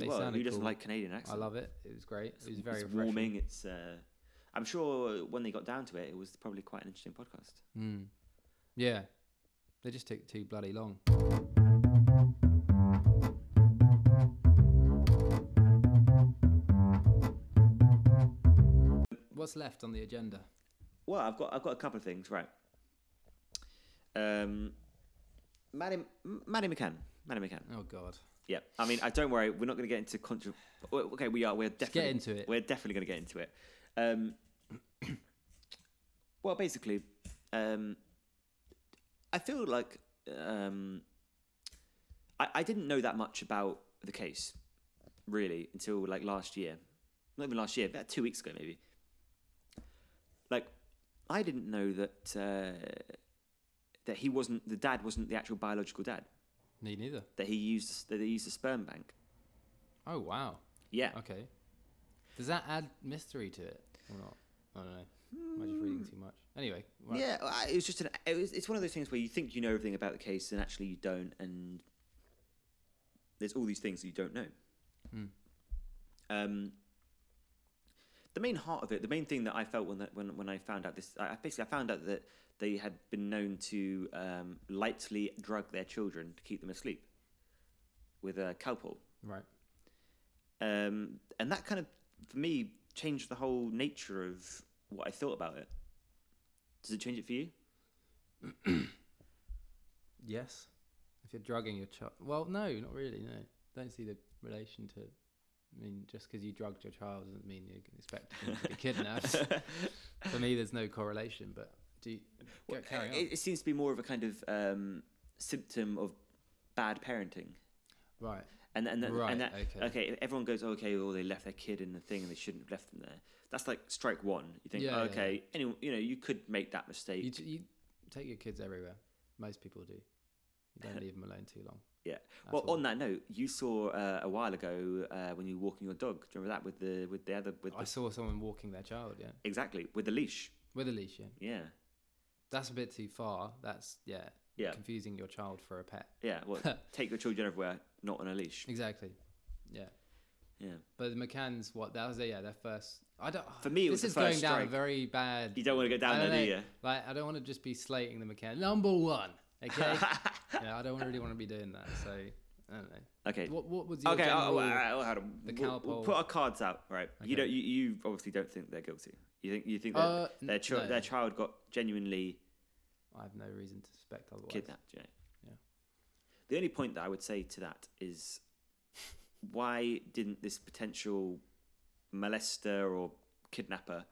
they
well,
sounded
who doesn't
cool.
like Canadian accents?
I love it. It was great. It was very
it's
refreshing.
warming. It's. Uh, I'm sure when they got down to it, it was probably quite an interesting podcast.
Mm. Yeah, they just took too bloody long. What's left on the agenda?
Well, I've got I've got a couple of things right. Um, Maddie, M- Maddie McCann, Maddie McCann.
Oh God,
Yeah, I mean, I don't worry. We're not going to get into contra. well, Okay, we are. We're definitely
into it.
We're definitely going to get into it. Um, well, basically, um, I feel like um, I, I didn't know that much about the case really until like last year, not even last year, about two weeks ago maybe. Like, I didn't know that uh, that he wasn't the dad wasn't the actual biological dad
me neither.
that he used that he used a sperm bank.
Oh wow,
Yeah,
okay. Does that add mystery to it or not? I don't know. Am I just reading too much? Anyway, right.
yeah. I- It was just an. It was, it's one of those things where you think you know everything about the case and actually you don't, and there's all these things that you don't know.
Hmm.
Um, the main heart of it, the main thing that I felt when that, when when I found out this, I I basically I found out that they had been known to um, lightly drug their children to keep them asleep with a cowpole.
right.
um, and that kind of for me changed the whole nature of what I thought about it. Does it change it for you?
Yes. If you're drugging your child, well, no, not really. No, don't see the relation to. I mean, just because you drugged your child doesn't mean you can expect them to be kidnapped. For me, there's no correlation. But do you, go- carry on.
eh, uh, It, it seems to be more of a kind of um, symptom of bad parenting.
right.
And and that,
Right,
and that
okay.
okay. if everyone goes okay, well they left their kid in the thing and they shouldn't have left them there. That's like strike one. You think
Yeah, yeah,
okay, anyone you know you could make that mistake.
You, t- you take your kids everywhere. Most people do. You don't leave them alone too long.
yeah. Well, on that note, you saw uh, a while ago uh, when you were walking your dog. Do you remember that with the with the other with
I
the,
saw someone walking their child. Yeah,
exactly with the leash?
with a leash. Yeah,
Yeah.
that's a bit too far. That's yeah.
Yeah.
Confusing your child for a pet.
Yeah, well, take your children everywhere, not on a leash.
Exactly. Yeah.
Yeah,
But the McCann's what that was their, yeah their first. I don't.
For me, it
this
was the
is going
first
down a
strike.
very bad.
you don't want to go down
I
there,
don't
do
know,
you?
Like I don't want to just be slating the McCann number one. Okay. yeah, I don't really want to be doing that. So I don't know.
Okay.
What what was your
Okay, I'll,
general?
I'll, I'll, hold on.
the
We'll- uh, we'll
cowpole-
put our cards out, right?
Okay.
You don't. You, you obviously don't think they're guilty. You think you think that
Uh, n-
their chil-
no.
their child got genuinely
I have no reason to suspect otherwise.
kidnapped. You know?
Yeah.
The only point that I would say to that is, why didn't this potential molester or kidnapper,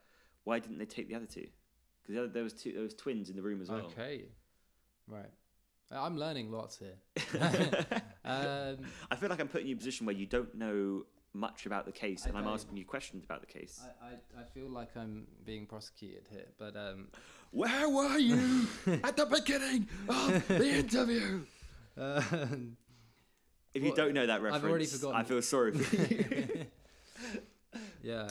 why didn't they take the other two? Because there was two, there was twins in the room as well.
Okay. Right. Uh, I'm learning lots here. um,
I feel like I'm putting you in a position where you don't know much about the case,
I
and I'm
don't.
asking you questions about the case.
I, I, I feel like I'm being prosecuted here, but um,
Where were you at the beginning of the interview?
um,
If you
Well,
don't know that reference,
I've already
I
forgotten
feel sorry for you.
yeah.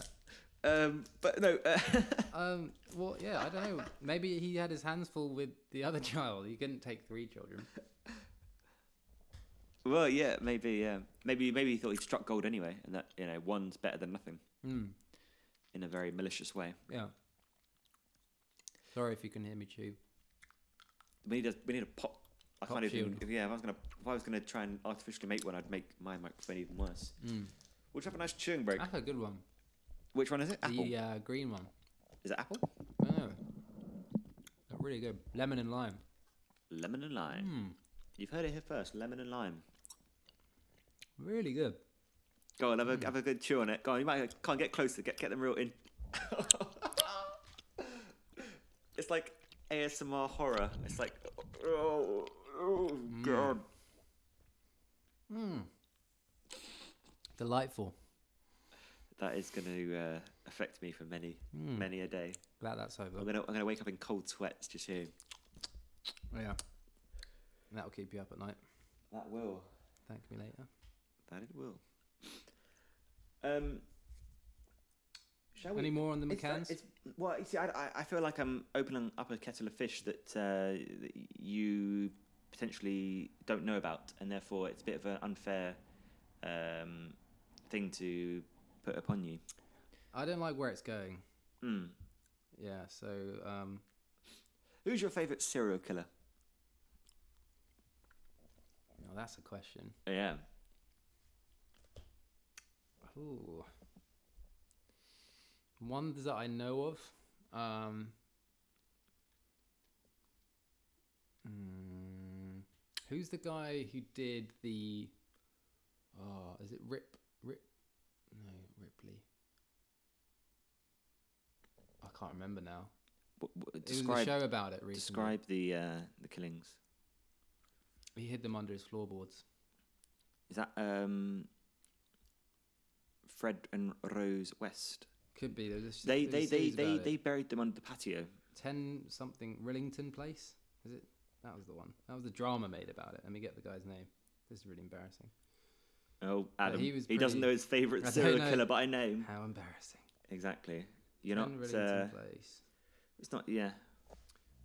um, but no, uh,
Um, well, yeah, I don't know. Maybe he had his hands full with the other child. He couldn't take three children.
well, yeah, maybe, yeah, maybe, maybe he thought he struck gold anyway, and that you know one's better than nothing
Hmm.
in a very malicious way.
Yeah. Sorry if you can hear me chew.
We need a we need a pop. I
Pop
can't even.
shield.
if- Yeah, if I was gonna if I was gonna try and artificially make one, I'd make my microphone even worse.
Hmm.
We'll just have a nice chewing break.
That's a good one.
Which one is it? Apple.
Ah. The uh, green one.
Is it apple?
I don't know. They're really good. Lemon and lime.
Lemon and lime.
Hmm.
You've heard it here first. Lemon and lime.
Really good.
Go on, have a have a good chew on it. Go on, you might can't get closer. Get get them real in. it's like ASMR horror. It's like oh, oh, god.
Delightful.
That is going to uh, affect me for many many a day.
Glad that's over.
I'm gonna I'm gonna wake up in cold sweats just here.
Oh, Yeah. That'll keep you up at night.
That will.
Thank me later.
That it will. Um. Shall
Any more on the
It's like-
McCanns?
it's- well, you see, I, I- I feel like I'm opening up a kettle of fish that, uh, that you potentially don't know about, and therefore it's a bit of an unfair um, thing to put upon you.
I don't like where it's going.
Mm.
Yeah, so um,
Who's your favourite serial killer?
no, oh, that's a question.
Yeah.
Ooh. Ones that I know of. Um, mm, who's the guy who did the? Oh, is it Rip? Rip? No, Ripley. I can't remember now.
W- w-
it was a
describe
show about it recently.
describe the uh, the killings.
He hid them under his floorboards.
Is that um, Fred and Rose West?
Could be. There was a sh-
They
there
they
was a
they
series
they,
about it.
they buried them under the patio.
ten something Rillington Place. Is it? That was the one. That was the drama made about it. Let me get the guy's name. This is really embarrassing.
Oh, Adam.
he
He,
was pretty-
doesn't know his
I
favourite
don't
serial
know.
killer by name.
How embarrassing.
Exactly. You're
Ten
not. Uh,
Rillington Place.
it's not. Yeah.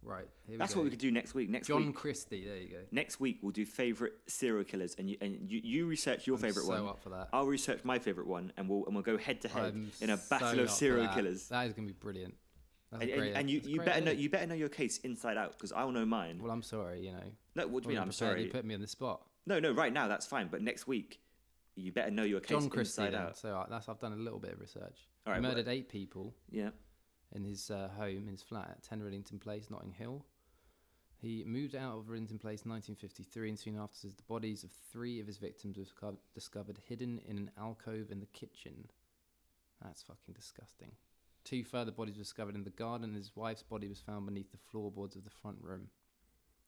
Right. Here
That's
we go.
what we could do next week. Next
John
week.
Christie. There you go.
Next week we'll do favourite serial killers, and you and you, you research your favourite
so
one.
up for that.
I'll research my favourite one, and we'll and we'll go head to head
I'm
in a
so
battle
up
of
for
serial
that.
killers.
That is gonna be brilliant. That's
And,
a great,
and, and you,
that's a
you
great
better know
idea.
you better know your case inside out because I'll know mine.
Well, I'm sorry. You know.
no, what do you
wasn't
mean? I'm
prepared.
sorry.
You put me on the spot.
No, no. Right now that's fine, but next week you better know your case
John Christie.
inside
then.
out.
So uh, that's I've done a little bit of research.
All
he
right, well-
murdered eight people.
Yeah.
in his uh, home, his flat at 10 Rillington Place, Notting Hill. He moved out of Rillington Place in 1953, and soon afterwards, the bodies of three of his victims were disco- discovered hidden in an alcove in the kitchen. That's fucking disgusting. Two further bodies were discovered in the garden, and his wife's body was found beneath the floorboards of the front room.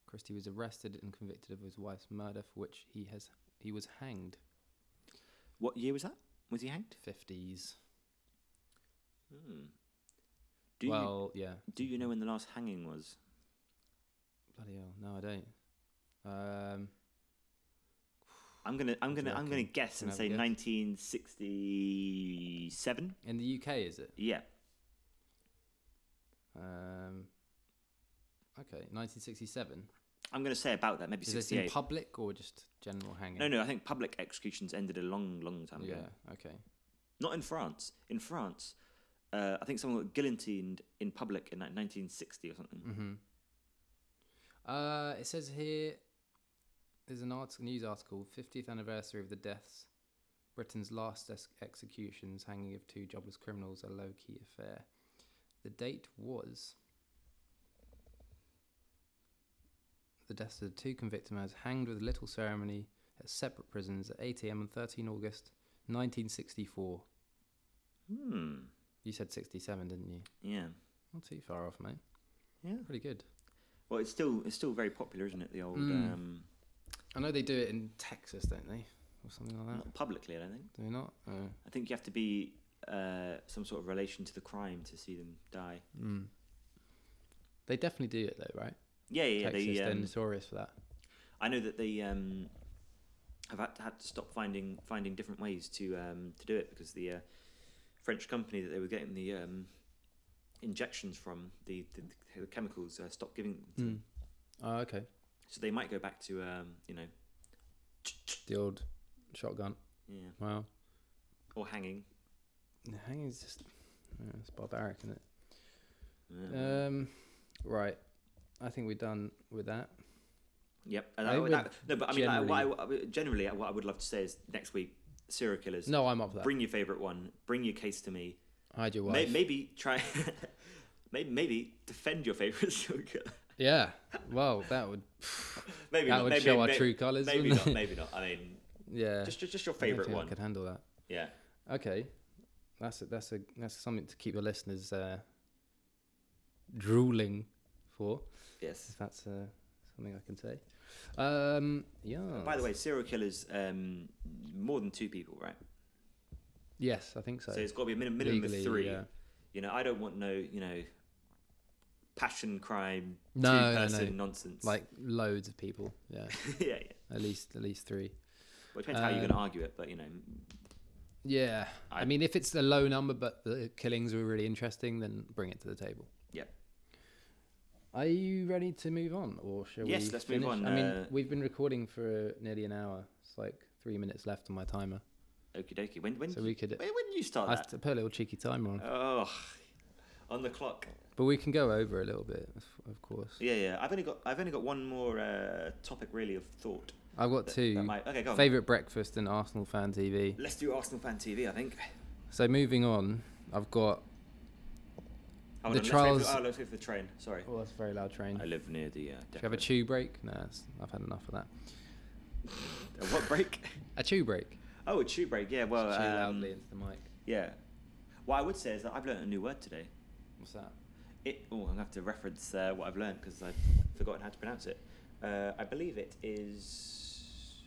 Christie was arrested and convicted of his wife's murder, for which he has he was hanged.
What year was that? Was he hanged?
50s.
Hmm. Do you
well, yeah.
do you know when the last hanging was?
Bloody hell. No, I don't. Um,
I'm gonna I'm
do you
gonna I'm gonna
reckon?
guess
Can I
and
have a
say
guess?
1967.
in the UK, is it?
Yeah,
Um, okay, 1967.
I'm gonna say about that maybe
Is this in
68.
public or just general hanging?
no, no, I think public executions ended a long, long time ago.
Yeah. Okay.
Not in France. In France, uh, I think someone got guillotined in public in like 1960 or something.
hmm Uh, it says here there's an article, news article, 50th anniversary of the deaths. Britain's last ex- executions, hanging of two jobless criminals, a low key affair. The date was. The deaths of the two convicted men was hanged with little ceremony at separate prisons at 8 am on 13 August 1964.
Hmm.
You said 67, didn't you?
Yeah.
Not too far off, mate.
Yeah.
Pretty good.
Well, it's still it's still very popular, isn't it? The old
Mm.
um,
I know they do it in Texas, don't they? Or something like that.
not publicly, I don't think.
Do they not? Uh,
I think you have to be uh, some sort of relation to the crime to see them die.
mm. They definitely do it, though, right?
Yeah, yeah. yeah,
Texas,
They,
they're
um,
notorious for that.
I know that they um, have had to, had to stop finding finding different ways to um, to do it because the uh, French company that they were getting the um, injections from the the, the chemicals uh, stopped giving them to
Mm.
them.
Oh, okay.
So they might go back to um, you know
The old shotgun.
yeah
Wow.
or hanging.
Hanging's just. yeah, it's barbaric, isn't it?
Yeah.
Um, right. I think we're done with that.
Yep. And
I
I
would
that- no, but I mean, like, what I, what I would- generally, uh, what I would love to say is next week, serial killers.
No, I'm up for that.
Bring your favorite one. Bring your case to me.
Hide your wife.
May, maybe try. maybe, maybe defend your favorite serial killer.
Yeah. Well, that would.
Maybe
That
not.
would
maybe,
show our
may-
true colours,
Maybe
wouldn't
not.
it?
Maybe not. I mean,
Yeah.
just just, just your
I don't
favorite
think I
one.
could handle that.
Yeah.
Okay, that's a, that's a that's something to keep the listeners uh, drooling for.
Yes.
If that's uh, something I can say. Um, yeah.
By the way, serial killers, um, more than two people, right?
yes, I think so.
So it's got to be a minimum, minimum
Legally,
of three.
yeah.
You know, I don't want no, you know, passion crime,
No, no, no.
two-person nonsense.
like loads of people. Yeah,
yeah, yeah.
at least at least three.
Well, it depends how you're going to
um,
argue it, but you know,
Yeah, I
I-
mean, if it's a low number but the killings were really interesting, then bring it to the table.
yeah.
Are you ready to move on, or shall we?
Yes, let's move
finish?
on,
I mean,
uh,
we've been recording for uh, nearly an hour. It's like three minutes left on my timer.
Okie dokie. When when
So
did
we
you-
could-
when, when did you start
I
that?
st- put a little cheeky timer on,
Oh, on the clock.
but we can go over a little bit, of- of course.
Yeah, yeah. I've only got I've only got one more uh, topic really of thought.
I've got
that-
two
that might- okay, go on.
favorite breakfast and Arsenal fan TV.
Let's do Arsenal fan TV. I think.
So moving on, I've got.
Hold
The
on,
trials-
Let's wait for, oh, let's wait for the train. Sorry.
Oh, that's a very loud train.
I live near the. Uh,
Should we have a
depot.
chew break? No, that's, I've had enough of that.
Uh, what break?
A chew break.
Oh, a chew break. Yeah. Well.
chew
Um,
loudly into the mic.
yeah. What I would say is that I've learned a new word today.
What's that?
It. Oh, I'm gonna have to reference uh, what I've learned because I've forgotten how to pronounce it. Uh, I believe it is.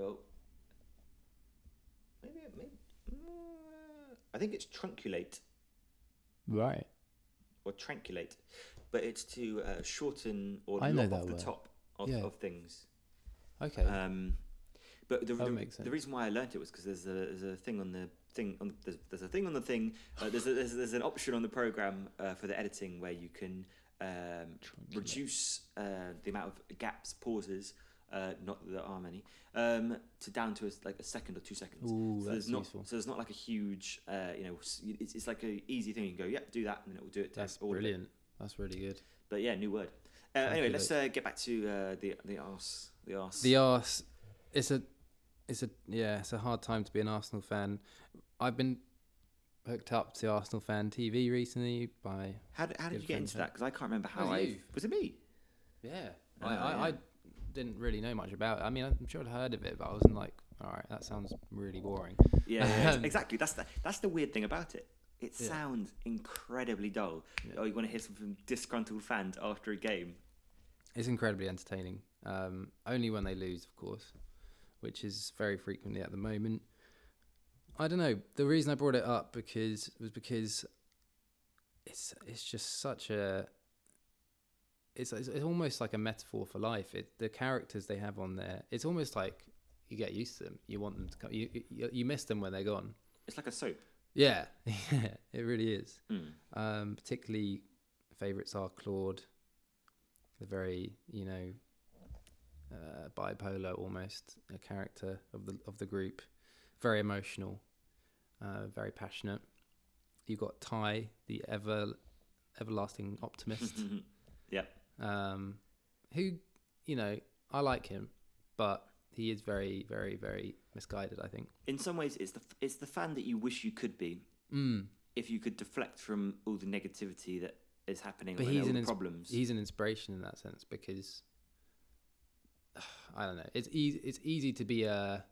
Oh. Maybe. it- maybe uh, I think it's trunculate.
Right.
or tranculate, but it's to uh, shorten or
I know
lop
that
off the
word.
top of,
Yeah.
of things.
Okay.
Um, but the,
That
the,
makes
the
sense.
reason why I learnt it was because there's a there's a thing on the thing on there's, there's a thing on the thing uh, there's, a, there's there's an option on the program uh, for the editing where you can um, reduce uh, the amount of gaps pauses. Uh, not that there are many um, to down to a s like a second or two seconds.
Ooh,
so
that's
there's not
useful.
so there's not like a huge uh, you know s- it's, it's like a easy thing you can go yep do that and then it will do it. to
that's
all of it.
brilliant. That's really good.
But yeah, new word. Uh, anyway,
you,
let's uh, get back to uh, the the arse. The arse.
The arse. It's a. It's a yeah. It's a hard time to be an Arsenal fan. I've been hooked up to Arsenal fan TV recently by
how, d- how
Good
did you get
friends,
into that? Because I can't remember how
was
I.
you.
Was it me?
Yeah,
Oh,
I, I,
yeah.
I didn't really know much about it. I mean, I'm sure I'd heard of it, but I wasn't like, all right, that sounds really boring.
Yeah, yeah,
Um,
ex- exactly. That's the that's the weird thing about it. It
Yeah.
sounds incredibly dull. Oh, you want to hear something from disgruntled fans after a game?
It's incredibly entertaining. Um, only when they lose, of course, which is very frequently at the moment. I don't know. The reason I brought it up because was because it's it's just such a it's it's, it's almost like a metaphor for life. It the characters they have on there. It's almost like you get used to them. You want them to come. You you, you miss them when they're gone.
It's like a soap.
Yeah, yeah, it really is.
Mm.
Um, particularly favourites are Claude, the very you know uh, bipolar almost a character of the of the group, very emotional, uh, very passionate. You've got Ty, the ever everlasting optimist,
yeah.
um, who you know I like him, but he is very very very misguided. I think.
In some ways, it's the f- it's the fan that you wish you could be
Mm.
if you could deflect from all the negativity that is happening.
but
and
he's
all
an
the
ins-
problems.
He's an inspiration in that sense because I don't know. It's easy. It's easy to be a,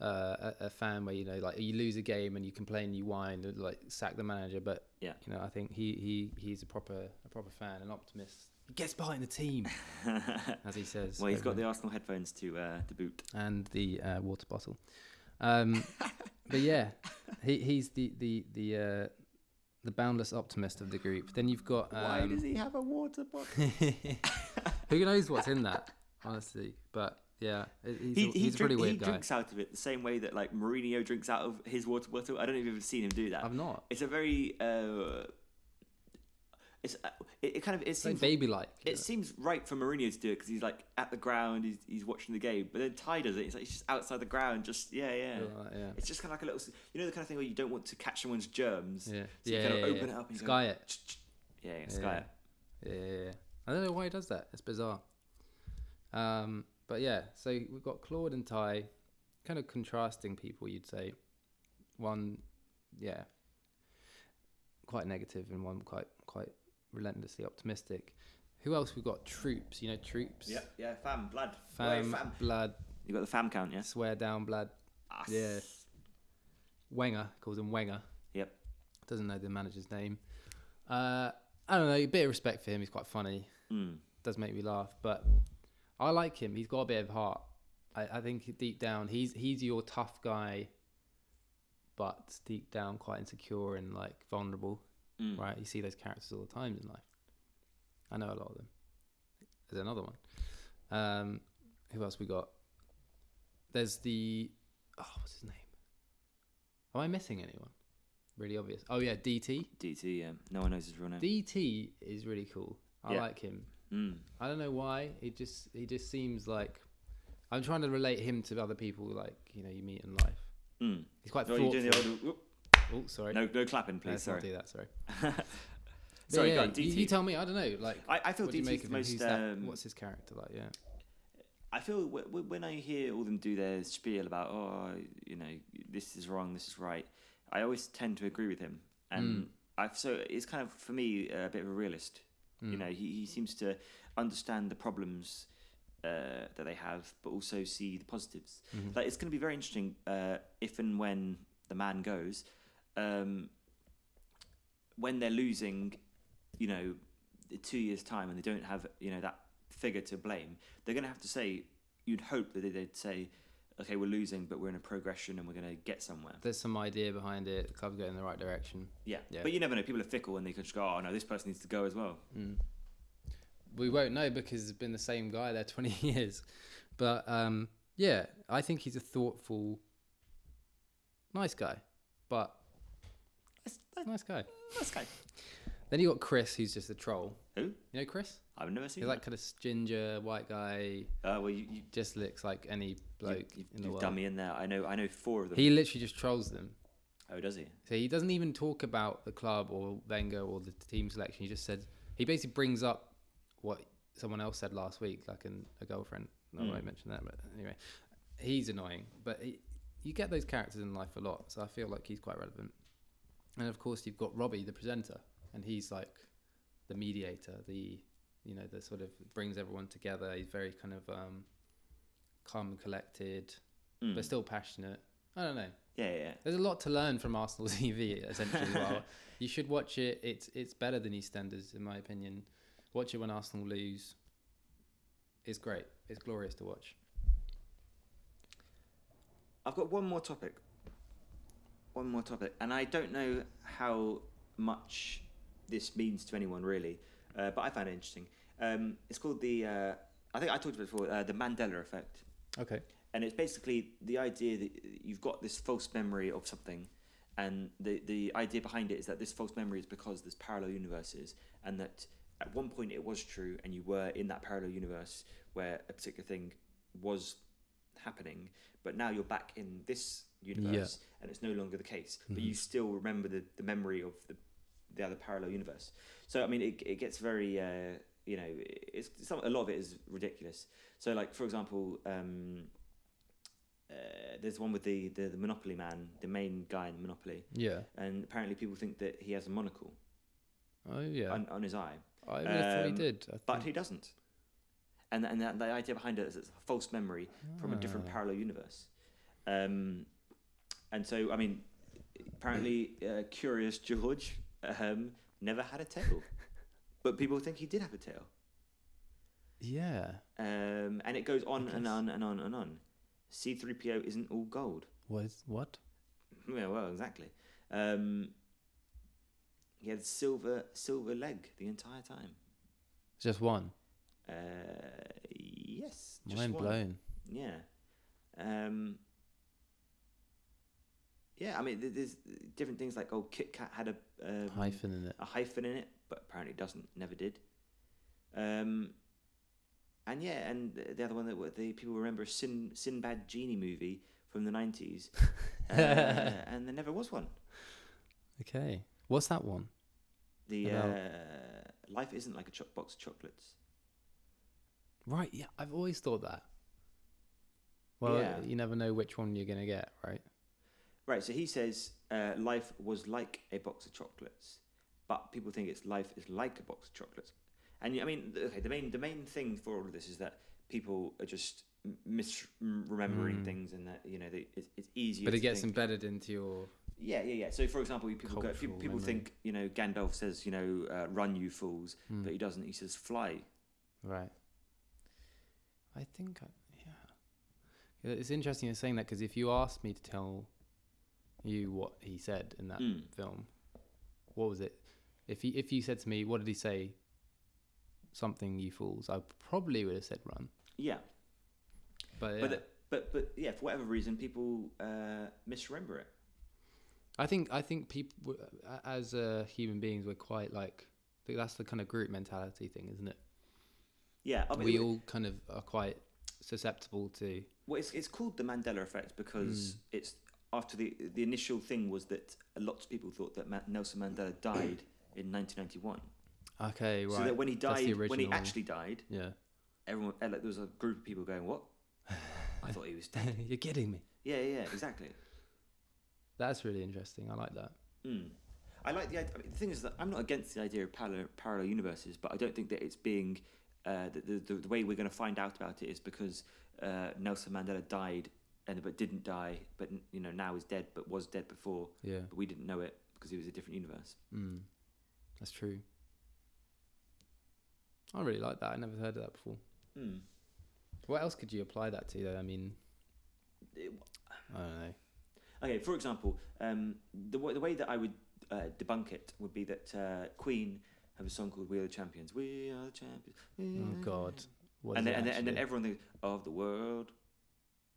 a a- a fan where you know like you lose a game and you complain, you whine, and, like sack the manager. But
Yeah.
you know, I think he he he's a proper a proper fan, an optimist. He gets behind the team, as he says.
Well, he's
over
got the Arsenal headphones to uh, to boot.
and the uh, water bottle. Um, but yeah, he, he's the the the uh, the boundless optimist of the group. Then you've got um,
Why does he have a water bottle?
who knows what's in that, honestly. But yeah, he- he's,
he
a,
he,
he's a pretty
drink-
weird
he
guy.
drinks out of it the same way that like Mourinho drinks out of his water bottle. I don't know if you've ever seen him do that.
I've not.
It's a very. Uh, it's uh, it, it kind of it
It's like
seems
baby like.
It seems right for Mourinho to do it because he's like at the ground, he's, he's watching the game. But then Ty does it. It's like he's just outside the ground, just yeah, yeah.
yeah.
It's just kind of like a little, s- you know, the kind of thing where you don't want to catch someone's germs.
Yeah.
So you
Yeah,
kind
yeah,
of
yeah,
open
yeah.
it up and you
Sky
go,
it.
"Ch- ch-" Yeah, yeah, sky it.
Yeah, yeah, yeah. I don't know why he does that. It's bizarre. Um, but yeah, so we've got Claude and Ty, kind of contrasting people, you'd say. One, yeah, quite negative, and one quite quite relentlessly optimistic. Who else we've got? Troops, you know, troops.
Yeah, yeah, fam, blood.
Fam,
Fam.
blood,
You got the fam count, yes?
swear down, blood.
Ah,
Yeah. Wenger calls him Wenger.
Yep.
Doesn't know the manager's name. Uh, I don't know. A bit of respect for him. He's quite funny.
Mm.
does make me laugh. But I like him. He's got a bit of heart. I, I think deep down, he's he's your tough guy, but deep down, quite insecure and like vulnerable.
Mm.
Right? You see those characters all the time in life. I know a lot of them. There's another one. Um, who else we got? There's the oh, what's his name? Am I missing anyone? Really obvious. Oh yeah, DT.
DT, yeah. No one knows his real name.
DT is really cool. I
Yeah.
like him.
mm.
I don't know why. He just he just seems like I'm trying to relate him to other people like you know you meet in life.
Mm.
He's quite
Oh,
thoughtful.
you're doing the old, whoop.
oh, sorry.
No, no clapping, please.
Let's
sorry.
not do that. Sorry. But
sorry,
yeah,
go on,
You,
DT.
you tell me. I don't know. Like
I, I feel
what do you
DT
make
is
of
the
him? Who's
most.
that-
um,
What's his character like? Yeah.
I feel wh- wh- when I hear all them do their spiel about, oh, you know, this is wrong, this is right, I always tend to agree with him.
Hmm.
And I've, so it's kind of, for me, a bit of a realist.
Hmm.
You know, he, he seems to understand the problems uh, that they have, but also see the positives.
Mm-hmm.
Like, it's going to be very interesting uh, if and when the man goes, um, when they're losing, you know, in two years' time and they don't have, you know, that figure to blame, they're going to have to say, you'd hope that they'd say, okay, we're losing, but we're in a progression and we're going to get somewhere.
There's some idea behind it. The club's going in the right direction.
Yeah.
Yeah.
But you never know. People are fickle and they can just go, oh, no, this person needs to go as well.
Hmm. we won't know because it's been the same guy there 20 years but um yeah i think he's a thoughtful nice guy but nice guy
That's kind
then you got chris who's just a troll
of, who?
you know chris
I've never seen
he's like kind of ginger white guy
that. Uh, well, you, you,
just looks like any bloke
you,
in
you've,
the
you've
world
done me in there. I know I know four of them.
he literally just trolls them
oh, does he?
so he doesn't even talk about the club or Wenger or the team selection he just said he basically brings up what someone else said last week, like an, a girlfriend. I won't mention that, but anyway, he's annoying. But he, you get those characters in life a lot, so I feel like he's quite relevant. And of course, you've got Robbie, the presenter, and he's like the mediator, the you know, the sort of brings everyone together. He's very kind of um, calm and collected, but still passionate. I don't know.
Yeah, yeah, yeah.
There's a lot to learn from Arsenal TV, essentially. well, you should watch it. It's it's better than EastEnders, in my opinion. Watch it when Arsenal lose. It's great. It's glorious to watch.
I've got one more topic. One more topic, and I don't know how much this means to anyone really, uh, but I found it interesting. Um, it's called the. Uh, I think I talked about it before uh, the Mandela effect,
Okay.
and it's basically the idea that you've got this false memory of something, and the the idea behind it is that this false memory is because there's parallel universes, and that at one point it was true, and you were in that parallel universe where a particular thing was happening, but now you're back in this universe and it's no longer the case. But you still remember the, the memory of the, the other parallel universe. So I mean, it, it gets very uh, you know, it's some a lot of it is ridiculous. So like for example, um, uh, there's one with the, the the Monopoly man, the main guy in Monopoly,
Yeah.
and apparently people think that he has a monocle
Oh yeah. Hmm.
on, on his eye,
I really thought he
um,
did. I
but
think.
he doesn't. and and that, the idea behind it is it's a false memory from a
Hmm.
different
Ah.
parallel universe. Um, and so, I mean, apparently, uh, curious George um, never had a tail, but people think he did have a tail.
Yeah.
Um, and it goes on and on and on and on. C3PO isn't all gold.
What? Is, what?
Yeah, well, exactly. Um, he had silver silver leg the entire time.
Just one.
Uh, yes, just
Mind
one.
blown.
Yeah. Um, yeah, I mean, th- there's different things like oh, Kit Kat had a um,
Hyphen in it.
a hyphen in it, but apparently it doesn't, never did. Um, and yeah, and the- the other one that were- the people remember is Sin Sinbad genie movie from the nineties, uh, and there never was one.
Okay. What's that one?
The
About-
uh, life isn't like a cho- box of chocolates.
Right. Yeah. I've always thought that. Well,
Yeah.
you never know which one you're gonna get, right?
Right. So he says uh, life was like a box of chocolates, but people think it's life is like a box of chocolates. And I mean, okay, the main the main thing for all of this is that people are just m- misremembering things, and that you know they, it's, it's easier.
Hmm. But it
to
gets
think-
embedded into your.
Yeah, yeah, yeah. So, for example, you- people go, people,
Cultural
people
memory.
think you know Gandalf says you know uh, run you fools,
Hmm.
but he doesn't. He says fly.
Right. I think, I, yeah. Yeah, It's interesting you're saying that because if you asked me to tell you what he said in that
Mm.
film, what was it? If he, if you said to me, what did he say? Something you fools, I probably would have said run.
Yeah,
But, yeah.
but but but yeah, for whatever reason, people uh, misremember it.
I think I think people as uh, human beings we're quite like I think that's the kind of group mentality thing, isn't it?
Yeah, I mean,
we all kind of are quite susceptible to
Well, it's, it's called the Mandela effect because
Hmm.
it's after the the initial thing was that lots of people thought that Ma- Nelson Mandela died in 1991.
okay right.
So that when he
That's the
died, when he
original.
actually died,
yeah,
everyone eh, like, there was a group of people going, "What? I thought he was dead."
you're kidding me.
yeah, yeah, yeah, exactly.
That's really interesting. I like that.
Mm. I like the idea. I mean, the thing is that I'm not against the idea of parallel, parallel universes, but I don't think that it's being uh, the, the the way we're going to find out about it is because uh, Nelson Mandela died and but didn't die, but you know now is dead, but was dead before.
Yeah,
but we didn't know it because it was a different universe.
mm. that's true. I really like that. I never heard of that before. Hmm.
Mm.
What else could you apply that to? Though I mean, I don't know.
Okay, for example, um, the, w- the way that I would uh, debunk it would be that uh, Queen have a song called "We Are the Champions." We are the champions. we are
Oh God,
the champions.
what
And
is
then,
it
and then and then
actually?
everyone thinks of the world,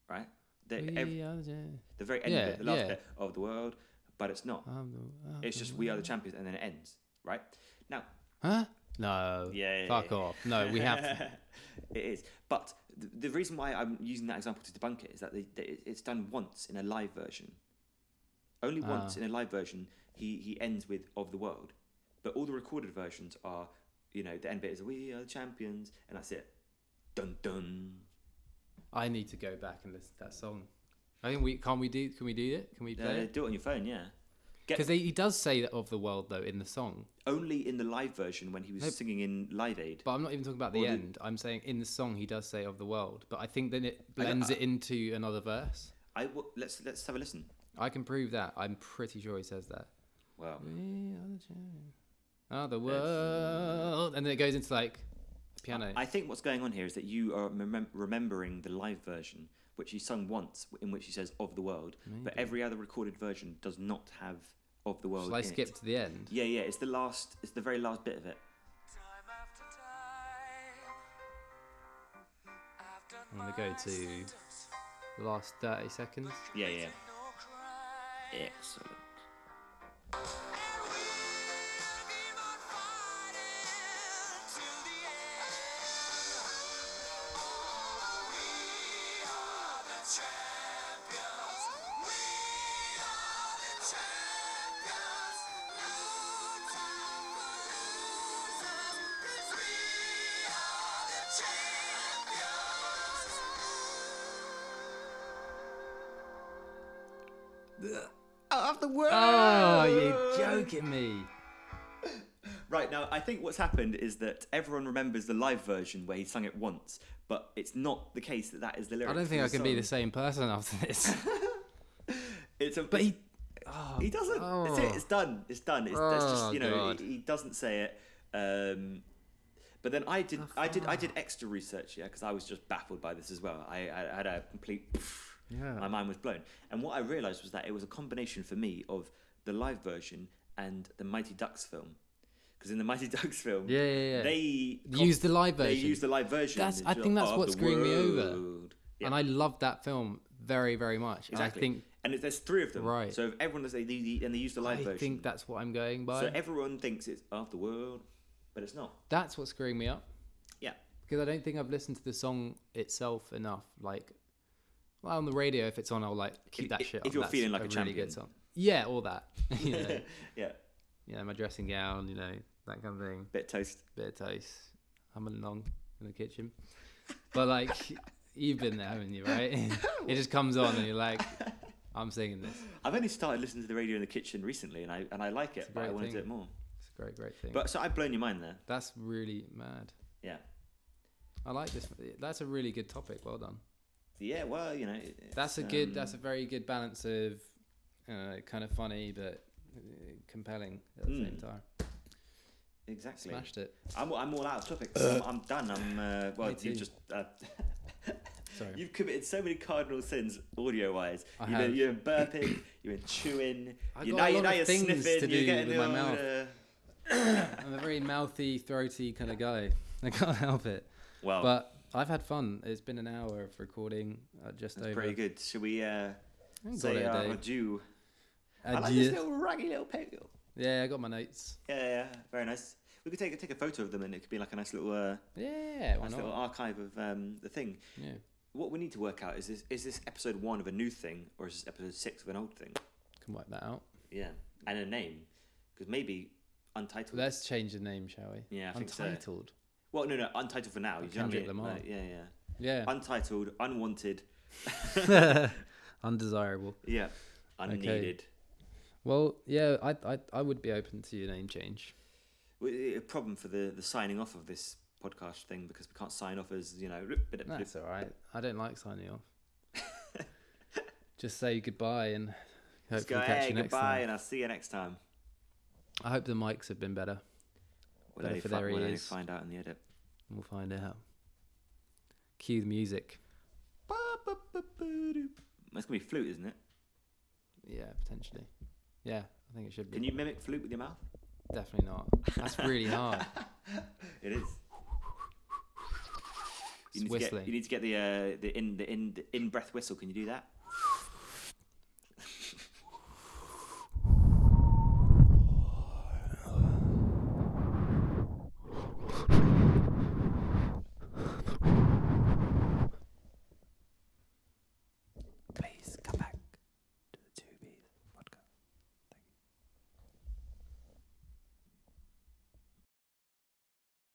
right? The, ev-
We are the-
the very end,
Yeah,
of it, the last
yeah. Uh,
bit of the world, but it's not.
I'm the- I'm
It's just
the-
"We are the champions," and then it ends, right? Now,
Huh? No.
Yeah.
Fuck off. No, Uh, we have. To.
it is. But the, the reason why I'm using that example to debunk it is that they, they, it's done once in a live version. Only once
Ah.
in a live version, he, he ends with of the world. But all the recorded versions are, you know, the end bit is we are the champions, and that's it. Dun dun.
I need to go back and listen to that song. I think we can we do can we do it? Can we play
Uh,
it?
do it on your phone, yeah. Get
Because he does say that of the world though in the song,
only in the live version when he was
Nope.
singing in Live Aid.
but I'm not even talking about the
Well, the-
end. I'm saying in the song he does say of the world, but I think then it blends
I-
it into another verse.
I w- let's let's have a listen.
I can prove that. I'm pretty sure he says that.
Wow.
We are the champions of the world, and then it goes into like the piano.
I think what's going on here is that you are remem- remembering the live version, which he sung once, in which he says "of the world," but every other recorded version does not have "of the world."
Shall I
in it.
skip to the end?
Yeah, yeah. It's the last. It's the very last bit of it.
Time after time. I've done
I'm gonna go
my
to-
sentence,
The last 30 seconds.
Yeah, yeah.
no crime.
Excellent.
And we will keep on fighting till the end. Oh, we are the champions. We are the champions. No time for losers, 'cause we are the champions.
Of the world.
Oh, you're joking me.
Right, now I think what's happened is that everyone remembers the live version where he sung it once, but it's not the case that that is the lyric.
I don't think I can be the same person after this.
It's a,
but he,
He doesn't. It's, it.
Oh.
it's done. It's done. It's, that's
Oh,
just you know
God.
he, he doesn't say it. Um, but then I
Oh,
did I did I did extra research yeah because I was just baffled by this as well. I, I had a complete
Yeah.
my mind was blown. And what I realised was that it was a combination for me of the live version and the Mighty Ducks film. Because in the Mighty Ducks film,
Yeah, yeah, yeah.
they
Use the live
They
version.
use the live version.
That's-
in
I think that's
of
what
"Oh, the
screwed me over.
world. Yeah.
and I love that film very, very much. And
Exactly.
I think
and it, there's three of them.
Right.
So if everyone does, they do the, and they use the live
I
version.
think that's what I'm going by.
so everyone thinks it's of the world, but it's not.
that's what's screwing me up
Yeah.
because I don't think I've listened to the song itself enough. Like, well, on the radio, if it's on, I'll like keep
If-
that
if-
shit.
if
on.
you're
That's
feeling like
a,
a
really
champion.
good song, yeah, all that. you know,
yeah.
you know, my dressing gown, you know, that kind of thing.
Bit toast.
Bit of toast, humming along in the kitchen. But like, you've been there, haven't you? Right? it just comes on, and you're like, I'm singing this.
I've only started listening to the radio in the kitchen recently, and I and I like it, but I
great
want to do
thing.
it more.
It's a great, great thing.
But so I've blown your mind there.
that's really mad.
Yeah.
I like this. That's a really good topic. Well done.
Yeah. Well, you know. it-
That's a
it's,
good.
um,
That's a very good balance of uh, kind of funny but uh, compelling at the same
Mm.
time.
exactly.
Smashed it.
I'm, I'm all out of topics. I'm, I'm done. I'm uh, well.
Me
You
too.
just. Uh,
Sorry.
You've committed so many cardinal sins audio-wise.
I
you know,
have.
you're burping, you're chewing.
I
you're
got
now,
a
you're,
lot
now
of
you're
things to
sniffing. you're
do
getting
with my
all,
mouth.
uh,
I'm a very mouthy, throaty kind of guy. I can't help it.
well,
But I've had fun. It's been an hour of recording. Uh, just over.
pretty good. Should we uh,
I think
say
got
our
it a day.
adieu? I like
Adieu.
this little raggy little peg.
Yeah, I got my notes.
Yeah, yeah, yeah, very nice. We could take a, take a photo of them, and it could be like a nice little uh,
Yeah, why
nice little
not?
archive of um, the thing.
Yeah.
What we need to work out is this: is this episode one of a new thing, or is this episode six of an old thing?
Can wipe that out.
Yeah, and a name, because maybe untitled.
Let's change the name, shall we?
Yeah, I think so.
Untitled.
Well, no, no, untitled for now. You know what I
Kendrick
mean?
Lamar.
Like, yeah, yeah.
Yeah.
Untitled, unwanted.
Undesirable.
Yeah, unneeded.
Well, yeah, I, I I would be open to your name change.
W- A problem for the the signing off of this podcast thing because we can't sign off as you know.
That's all right. I don't like signing off. Just say goodbye and
Let's go.
hopefully catch
Hey,
you next
goodbye,
time.
and I'll see you next time.
I hope the mics have been better.
We'll only,
for
fi-
their
we'll only
ears.
find out in the edit.
We'll find out. Cue the music.
That's gonna be flute, isn't it?
Yeah, potentially. Yeah, I think it should be.
Can you mimic flute with your mouth?
Definitely not. That's really hard.
It is.
It's
You need, to get, you
whistling.
need to get the uh, the in the in the in breath whistle. Can you do that?